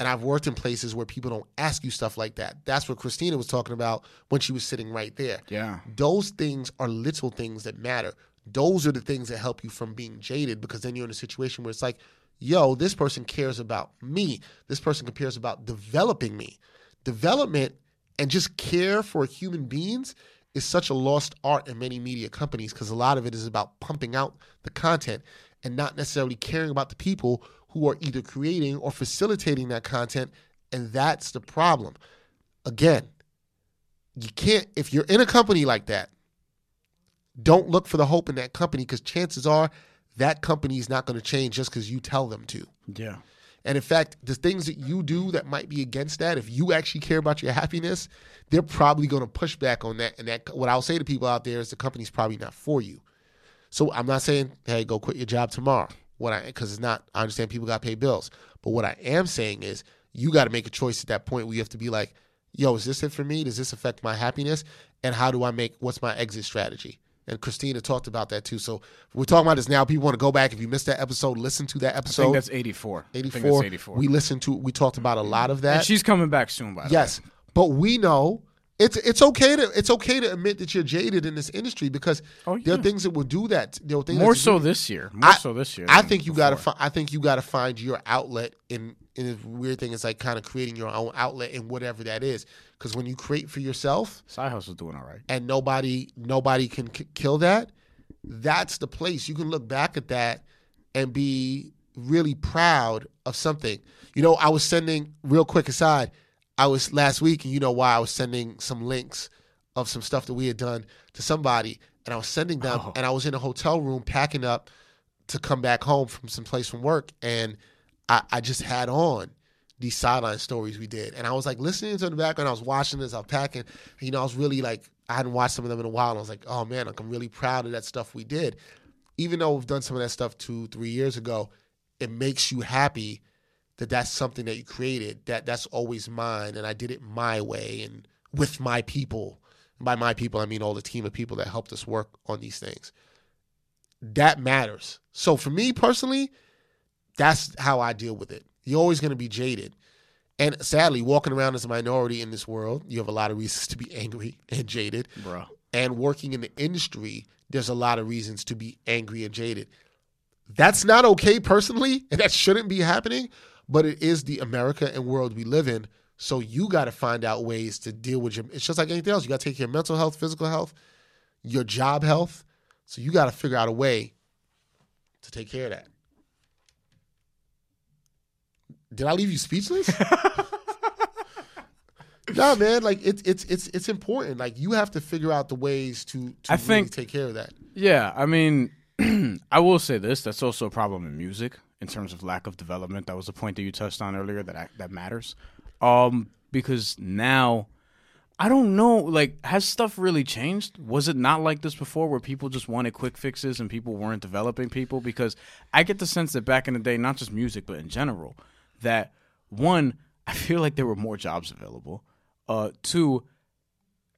S2: And I've worked in places where people don't ask you stuff like that. That's what Christina was talking about when she was sitting right there.
S3: Yeah.
S2: Those things are little things that matter. Those are the things that help you from being jaded because then you're in a situation where it's like, yo, this person cares about me. This person cares about developing me. Development and just care for human beings is such a lost art in many media companies because a lot of it is about pumping out the content and not necessarily caring about the people who are either creating or facilitating that content. And that's the problem. Again, you can't if you're in a company like that don't look for the hope in that company because chances are that company is not going to change just because you tell them to
S3: Yeah.
S2: and in fact the things that you do that might be against that if you actually care about your happiness they're probably going to push back on that and that what i'll say to people out there is the company's probably not for you so i'm not saying hey go quit your job tomorrow what i because it's not i understand people got to pay bills but what i am saying is you got to make a choice at that point where you have to be like yo, is this it for me? Does this affect my happiness? And how do I make what's my exit strategy? And Christina talked about that too. So we're talking about this now. People want to go back. If you missed that episode, listen to that
S3: I think
S2: episode.
S3: that's 84. I think that's
S2: 84.
S3: 84.
S2: Oh. We listened to we talked about a lot of that.
S3: and she's coming back soon, by the
S2: Yes, but we know it's it's okay to it's okay to admit that you're jaded in this industry because
S3: Oh,
S2: there are
S3: yeah.
S2: things that will do that. There are things
S3: way. More
S2: that
S3: so this year. More so this year.
S2: I
S3: than
S2: think you got to.
S3: before.
S2: Fi- I think you got to find your outlet in. In a weird thing, it's like kind of creating your own outlet in whatever that is. Because when you create for yourself,
S3: Side hustle's doing all right.
S2: and nobody nobody can k- kill that that's the place you can look back at that and be really proud of something you know i was sending real quick aside i was last week and you know why i was sending some links of some stuff that we had done to somebody and i was sending them and i was in a hotel room packing up to come back home from some place from work, and I, I just had on these sideline stories we did, and I was like listening to the background. I was watching this, I was packing. You know, I was really like I hadn't watched some of them in a while. And I was like, oh man, like, I'm really proud of that stuff we did, even though we've done some of that stuff two, three years ago. It makes you happy that that's something that you created. That that's always mine, and I did it my way and with my people. And by my people, I mean all the team of people that helped us work on these things that matters. So for me personally, that's how I deal with it. You're always going to be jaded. And sadly, walking around as a minority in this world, you have a lot of reasons to be angry and jaded.
S3: bro.
S2: And working in the industry, there's a lot of reasons to be angry and jaded. That's not okay personally, and that shouldn't be happening, but it is the America and world we live in. So you got to find out ways to deal with your. It's just like anything else. You got to take care of mental health, physical health, your job health. So you got to figure out a way to take care of that. Did I leave you speechless? no, man. Like it's it's it's it's important. Like you have to figure out the ways to, to
S3: I
S2: really
S3: think-
S2: take care of that.
S3: Yeah, I mean, I will say this: that's also a problem in music in terms of lack of development. That was a point that you touched on earlier that I, that matters, um, because now I don't know. Like, has stuff really changed? Was it not like this before, where people just wanted quick fixes and people weren't developing people? Because I get the sense that back in the day, not just music but in general, that one, I feel like there were more jobs available. Uh, two,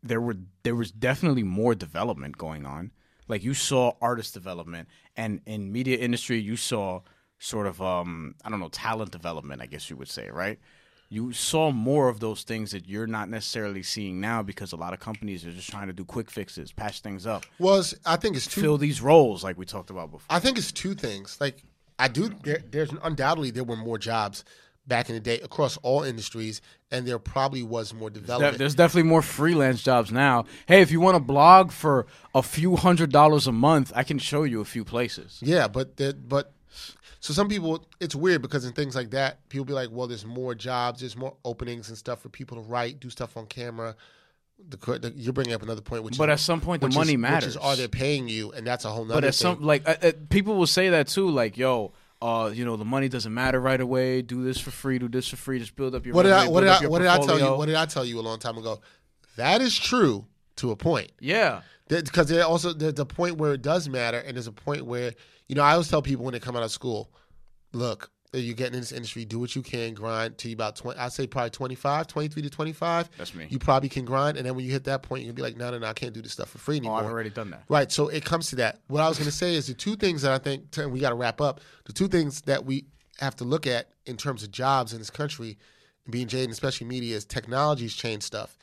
S3: there were there was definitely more development going on. Like you saw artist development, and in media industry, you saw sort of um I don't know talent development. I guess you would say right. You saw more of those things that you're not necessarily seeing now because a lot of companies are just trying to do quick fixes, patch things up,
S2: Was I think it's two
S3: fill these roles like we talked about before.
S2: I think it's two things. Like I do, there, there's undoubtedly there were more jobs back in the day across all industries, and there probably was more
S3: De-
S2: development.
S3: there's definitely more freelance jobs now. Hey, if you want to blog for a few hundred dollars a month, I can show you a few places.
S2: yeah, but there, but so some people, it's weird because in things like that, people be like, well, there's more jobs, there's more openings and stuff for people to write, do stuff on camera. The, cor- the, you're bringing up another point, which
S3: But
S2: is,
S3: at some point, the
S2: which
S3: money
S2: is, Which is,
S3: matters.
S2: are they paying you? And that's a whole nother
S3: But at
S2: thing.
S3: some like uh, uh, people will say that too, like yo, uh, you know, the money doesn't matter right away. Do this for free. Do this for free. Just build up your.
S2: what did I
S3: resume,
S2: what did
S3: build up
S2: I
S3: your
S2: what did I tell you?
S3: portfolio."
S2: What did I tell you a long time ago? That is true to a point.
S3: Yeah,
S2: because there also there's a point where it does matter, and there's a point where you know I always tell people when they come out of school, look, you're getting in this industry, do what you can, grind till you about twenty. I say probably 25, 23 to twenty five.
S3: That's me.
S2: You probably can grind, and then when you hit that point, you'll be like, no, no, no, I can't do this stuff for free
S3: oh,
S2: anymore.
S3: I've already done that.
S2: Right. So it comes to that. What I was going to say is the two things that I think, and we got to wrap up, the two things that we have to look at in terms of jobs in this country, and being jaded, especially media, is technology's changed stuff.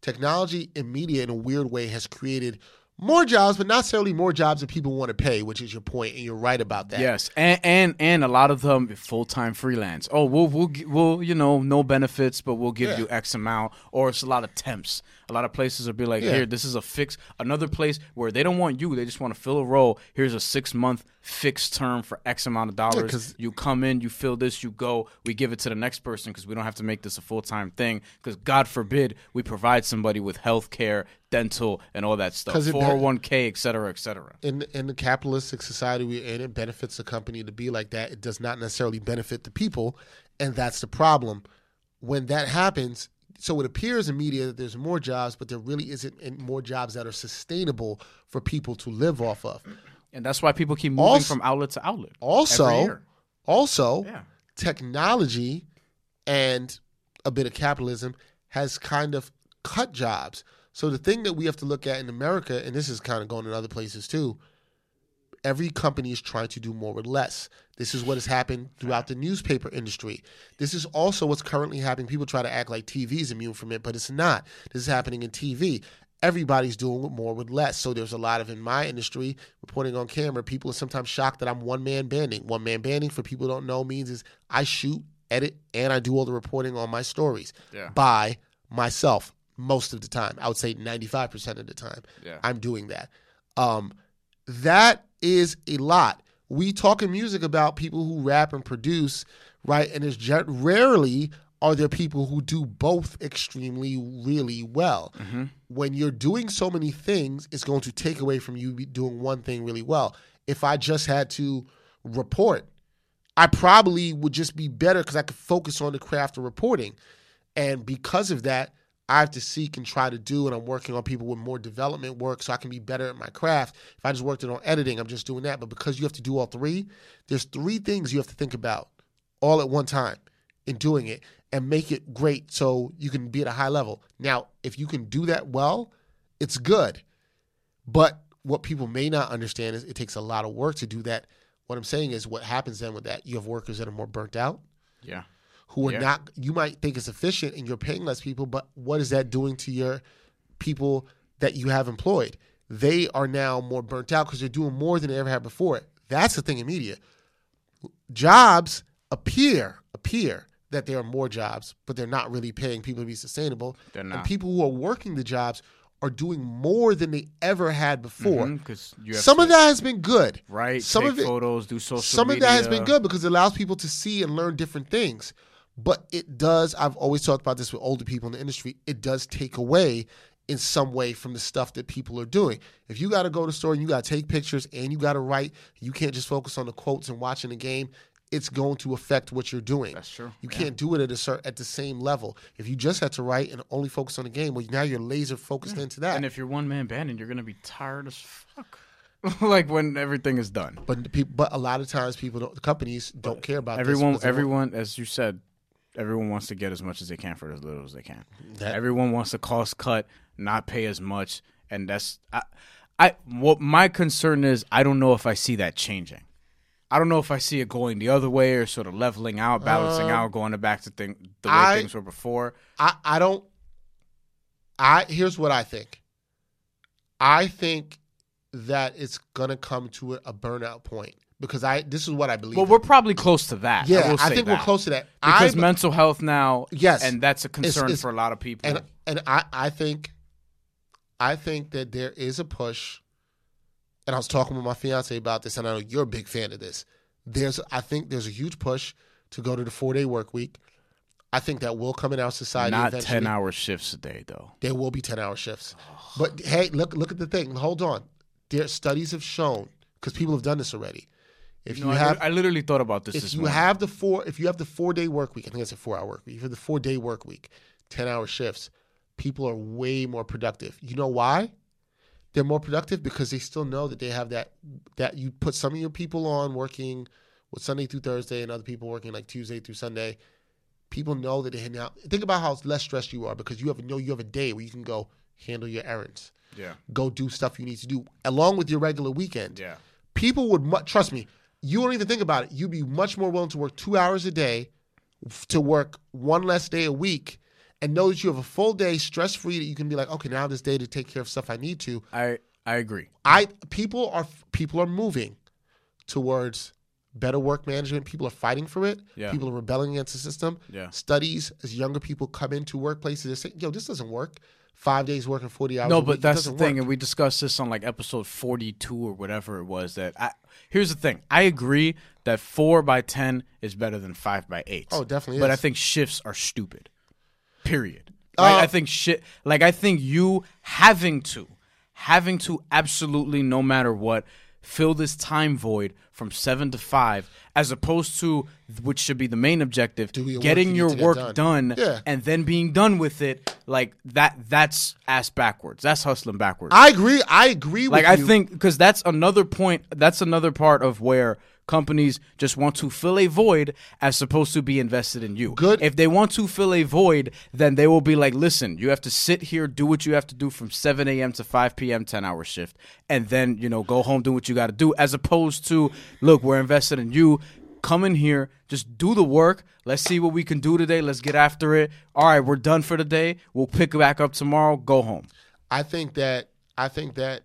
S2: Technology and media, in a weird way, has created more jobs, but not necessarily more jobs that people want to pay, which is your point, and you're right about that.
S3: Yes, and and and a lot of them full time freelance. Oh, we'll we'll gi- we'll you know no benefits, but we'll give
S2: Yeah.
S3: you X amount. Or it's a lot of temps. A lot of places will be like,
S2: Yeah.
S3: here, this is a fix. Another place where they don't want you, they just want to fill a role. Here's a six month fixed term for X amount of dollars.
S2: 'cause-
S3: you come in, you fill this, you go. We give it to the next person because we don't have to make this a full time thing. Because God forbid we provide somebody with health care, dental, and all that stuff,
S2: 'Cause it-
S3: four hundred one k, et cetera, et cetera.
S2: in in the capitalistic society we're in, it benefits the company to be like that. It does not necessarily benefit the people, and that's the problem. When that happens, so it appears in media that there's more jobs, but there really isn't in- more jobs that are sustainable for people to live off of.
S3: And that's why people keep moving
S2: Also-
S3: from outlet to outlet. every
S2: Also,
S3: year.
S2: also,
S3: Yeah.
S2: technology and a bit of capitalism has kind of cut jobs. So the thing that we have to look at in America, and this is kind of going in other places too, every company is trying to do more with less. This is what has happened throughout the newspaper industry. This is also what's currently happening. People try to act like TV is immune from it, but it's not. This is happening in TV. Everybody's doing more with less. So there's a lot of, in my industry, reporting on camera, people are sometimes shocked that I'm one man banding. One man banding, for people who don't know, means is I shoot, edit, and I do all the reporting on my stories
S3: Yeah.
S2: by myself most of the time. I would say 95% of the time. I'm doing that. Um, that is a lot. We talk in music about people who rap and produce, right? And it's gen- rarely are there people who do both extremely really well. When you're doing so many things, it's going to take away from you be doing one thing really well. If I just had to report, I probably would just be better because I could focus on the craft of reporting. And because of that, I have to seek and try to do, and I'm working on people with more development work so I can be better at my craft. If I just worked it on editing, I'm just doing that. But because you have to do all three, there's three things you have to think about all at one time in doing it and make it great so you can be at a high level. Now, if you can do that well, it's good. But what people may not understand is it takes a lot of work to do that. What I'm saying is what happens then with that, you have workers that are more burnt out
S3: Yeah.
S2: who are
S3: Yeah.
S2: not you might think it's efficient and you're paying less people but what is that doing to your people that you have employed they are now more burnt out because they're doing more than they ever had before that's the thing in media jobs appear appear that there are more jobs but they're not really paying people to be sustainable
S3: They're
S2: and
S3: not.
S2: people who are working the jobs are doing more than they ever had before
S3: Because Mm, you have
S2: some
S3: to,
S2: of that has been good
S3: right.
S2: some
S3: take
S2: of it
S3: photos, do social.
S2: some of that has been
S3: media.
S2: good because it allows people to see and learn different things. But it does, I've always talked about this with older people in the industry, it does take away in some way from the stuff that people are doing. If you got to go to the store and you got to take pictures and you got to write, you can't just focus on the quotes and watching the game. It's going to affect what you're doing.
S3: That's true.
S2: You can't do it at a cer at the same level. If you just had to write and only focus on the game, well, now you're laser focused into that.
S3: And if you're one man banding, you're gonna be tired as fuck. like when everything is done.
S2: but the peop but a lot of times people, don't, companies don't care about this
S3: Everyone,
S2: because they want-
S3: everyone, as you said, everyone wants to get as much as they can for as little as they can.
S2: That-
S3: everyone wants to cost cut, not pay as much, and that's I. I what my concern is, I don't know if I see that changing. I don't know if I see it going the other way or sort of leveling out, balancing out, going back to thing the way
S2: Uh, I-
S3: things were before.
S2: I, I don't I here's what I think. I think that it's gonna come to a, a burnout point because I this is what I believe.
S3: Well, we're probably close to that.
S2: yeah, I,
S3: will say
S2: think
S3: that.
S2: we're close to that.
S3: because
S2: I,
S3: mental health now,
S2: Yes.
S3: and that's a concern
S2: it's-
S3: for a lot of people.
S2: and and I, I think I think that there is a push and I was talking with my fiance about this and I know you're a big fan of this. There's I think there's a huge push to go to the four day work week. I think that will come in our society
S3: not
S2: eventually.
S3: ten hour shifts a day, though.
S2: There will be 10 hour shifts. But hey, look look at the thing. Hold on. There studies have shown because people have done this already. If you,
S3: No, I lit-
S2: have
S3: I, literally thought about this.
S2: if
S3: this
S2: you
S3: morning.
S2: have the four if you have the 4 day work week, I think it's a 4 hour work week. If you have the 4 day work week, 10 hour shifts, people are way more productive. You know why? They're more productive because they still know that they have that that you put some of your people on working with Sunday through Thursday and other people working like Tuesday through Sunday people know that they now think about how less stressed you are because you have know you have a day where you can go handle your errands,
S3: yeah,
S2: go do stuff you need to do along with your regular weekend.
S3: yeah.
S2: People would mu- trust me. You don't even think about it. You'd be much more willing to work two hours a day, f- to work one less day a week, and know that you have a full day stress free that you can be like, okay, now I have this day to take care of stuff I need to.
S3: I I agree.
S2: I people are people are moving towards better work management. People are fighting for it.
S3: Yeah.
S2: People are rebelling against the system.
S3: Yeah.
S2: Studies as younger people come into workplaces, they say, "Yo, this doesn't work. Five days working forty hours." a
S3: No,
S2: week,
S3: but
S2: it
S3: that's the
S2: doesn't
S3: thing,
S2: work."
S3: and we discussed this on like episode forty-two or whatever it was. That I here's the thing: I agree that four by ten is better than five by eight.
S2: Oh, it definitely
S3: But
S2: is. Uh,
S3: I think shifts are stupid. Period. Right? I think shit. Like I think you having to, having to absolutely no matter what, fill this time void from seven to five, as opposed to which should be the main objective:
S2: your work you
S3: getting
S2: need
S3: your
S2: to get
S3: work
S2: done.
S3: done
S2: Yeah.
S3: and then being done with it like that that's ass backwards that's hustling backwards
S2: I agree. I agree.
S3: like
S2: with
S3: i
S2: you.
S3: think because that's another point that's another part of where companies just want to fill a void as opposed to be invested in you
S2: Good.
S3: if they want to fill a void then they will be like listen you have to sit here do what you have to do from 7 a.m to 5 p.m 10 hour shift and then you know go home do what you got to do as opposed to look we're invested in you come in here, just do the work. Let's see what we can do today. Let's get after it. All right, we're done for the day. We'll pick back up tomorrow. Go home.
S2: I think that I think that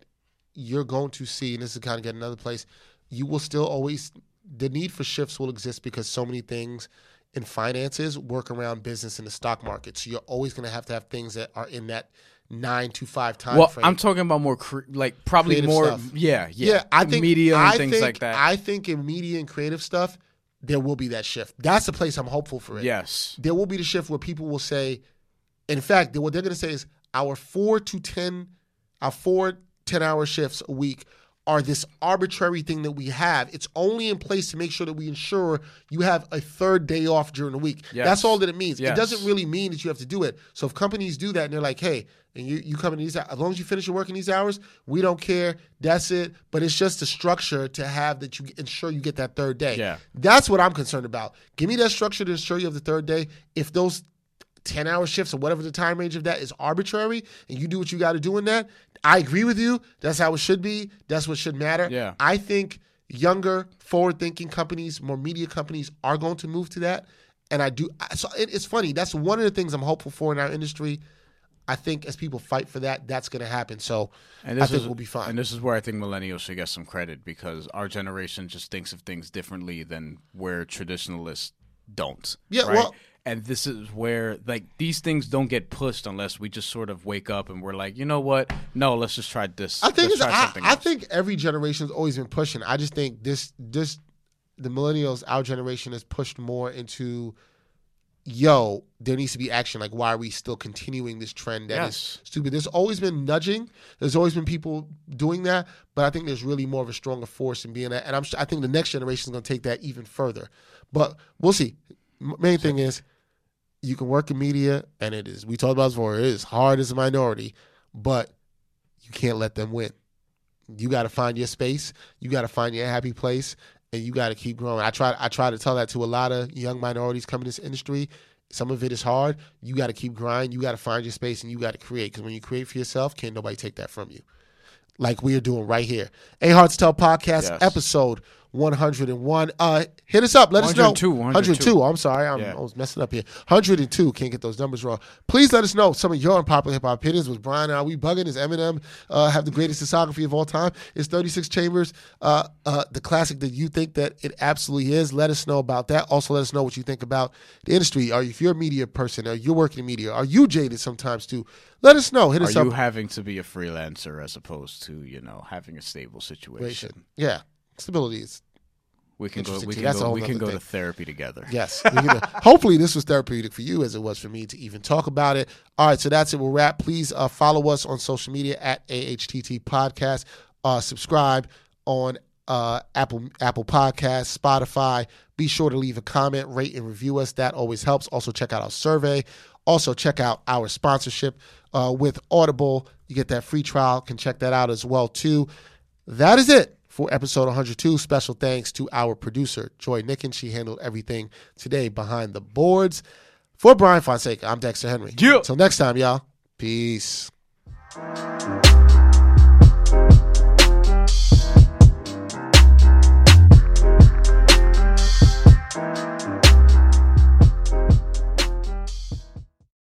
S2: you're going to see, and this is kind of get another place. You will still always the need for shifts will exist because so many things in finances work around business in the stock market. So you're always going to have to have things that are in that nine to five time
S3: Well,
S2: frame.
S3: I'm talking about more, cre- like probably
S2: Creative
S3: more.
S2: stuff.
S3: Yeah, yeah, media and
S2: I
S3: things
S2: think-
S3: like that.
S2: I think in media and creative stuff, there will be that shift. That's the place I'm hopeful for it.
S3: yes,
S2: There will be the shift where people will say, in fact, they- what they're going to say is our four to 10, our four 10 hour shifts a week are this arbitrary thing that we have. It's only in place to make sure that we ensure you have a third day off during the week.
S3: Yes.
S2: That's all that it means. It
S3: Yes.
S2: doesn't really mean that you have to do it. So if companies do that and they're like, hey, and you, you come in these as long as you finish your work in these hours, we don't care. That's it. But it's just the structure to have that you ensure you get that third day.
S3: Yeah.
S2: That's what I'm concerned about. Give me that structure to ensure you have the third day. If those 10 hour shifts or whatever the time range of that is arbitrary and you do what you got to do in that, I agree with you. That's how it should be. That's what should matter.
S3: Yeah.
S2: I think younger, forward thinking companies, more media companies are going to move to that. And I do. I- So it, it's funny. That's one of the things I'm hopeful for in our industry. I think as people fight for that, that's going to happen. So
S3: And
S2: I
S3: this
S2: think
S3: is,
S2: we'll be fine.
S3: And this is where I think millennials should get some credit because our generation just thinks of things differently than where traditionalists don't.
S2: Yeah,
S3: right?
S2: well-
S3: and this is where like these things don't get pushed unless we just sort of wake up and we're like, you know what? No, let's just try this.
S2: I think
S3: let's
S2: it's,
S3: try
S2: I,
S3: something
S2: I
S3: else.
S2: think every generation's always been pushing. I just think this this the millennials, our generation, has pushed more into yo, there needs to be action. Like, why are we still continuing this trend that is
S3: Yes.
S2: stupid? There's always been nudging. There's always been people doing that, but I think there's really more of a stronger force in being that. And I'm su- I think the next generation is going to take that even further. But we'll see. M- Main thing is you can work in media, and it is. We talked about this before. It is hard as a minority, but you can't let them win. You got to find your space. You got to find your happy place, and you got to keep growing. I try. I try to tell that to a lot of young minorities coming to this industry. Some of it is hard. You got to keep grinding. You got to find your space, and you got to create. Because when you create for yourself, can't nobody take that from you. Like we are doing right here. A Hard to Tell podcast
S3: Yes.
S2: episode one hundred and one. Uh, hit us up. Let us know.
S3: 102,
S2: 102.
S3: 102.
S2: Oh, I'm sorry. I'm,
S3: Yeah.
S2: I was messing up here. 102. Can't get those numbers wrong. Please let us know some of your unpopular hip hop opinions. Was Brian, are we bugging? Is Eminem uh, have the greatest discography of all time? Is 36 Chambers uh, uh, the classic that you think that it absolutely is? Let us know about that. Also, let us know what you think about the industry. Are you, if you're a media person, or you're working in media, are you jaded sometimes too? Let us know. Hit us
S3: Are
S2: up.
S3: you having to be a freelancer as opposed to you know having a stable situation?
S2: yeah. Stability is
S3: We can go.
S2: Interesting
S3: We
S2: too.
S3: can
S2: That's a
S3: go.
S2: whole
S3: We can
S2: nother
S3: go
S2: thing.
S3: to therapy together.
S2: Yes. We can- Hopefully, this was therapeutic for you as it was for me to even talk about it. All right, so that's it. We'll wrap. Please uh, follow us on social media at AHTT Podcast. Uh, subscribe on uh, Apple Apple Podcasts, Spotify. Be sure to leave a comment, rate, and review us. That always helps. Also, check out our survey. Also, check out our sponsorship uh, with Audible. You get that free trial. Can check that out as well too. That is it for episode 102. Special thanks to our producer, Joy Nicken. She handled everything today behind the boards. For Brian Fonseca, I'm Dexter Henry.
S3: Yeah.
S2: Till next time, y'all. Peace.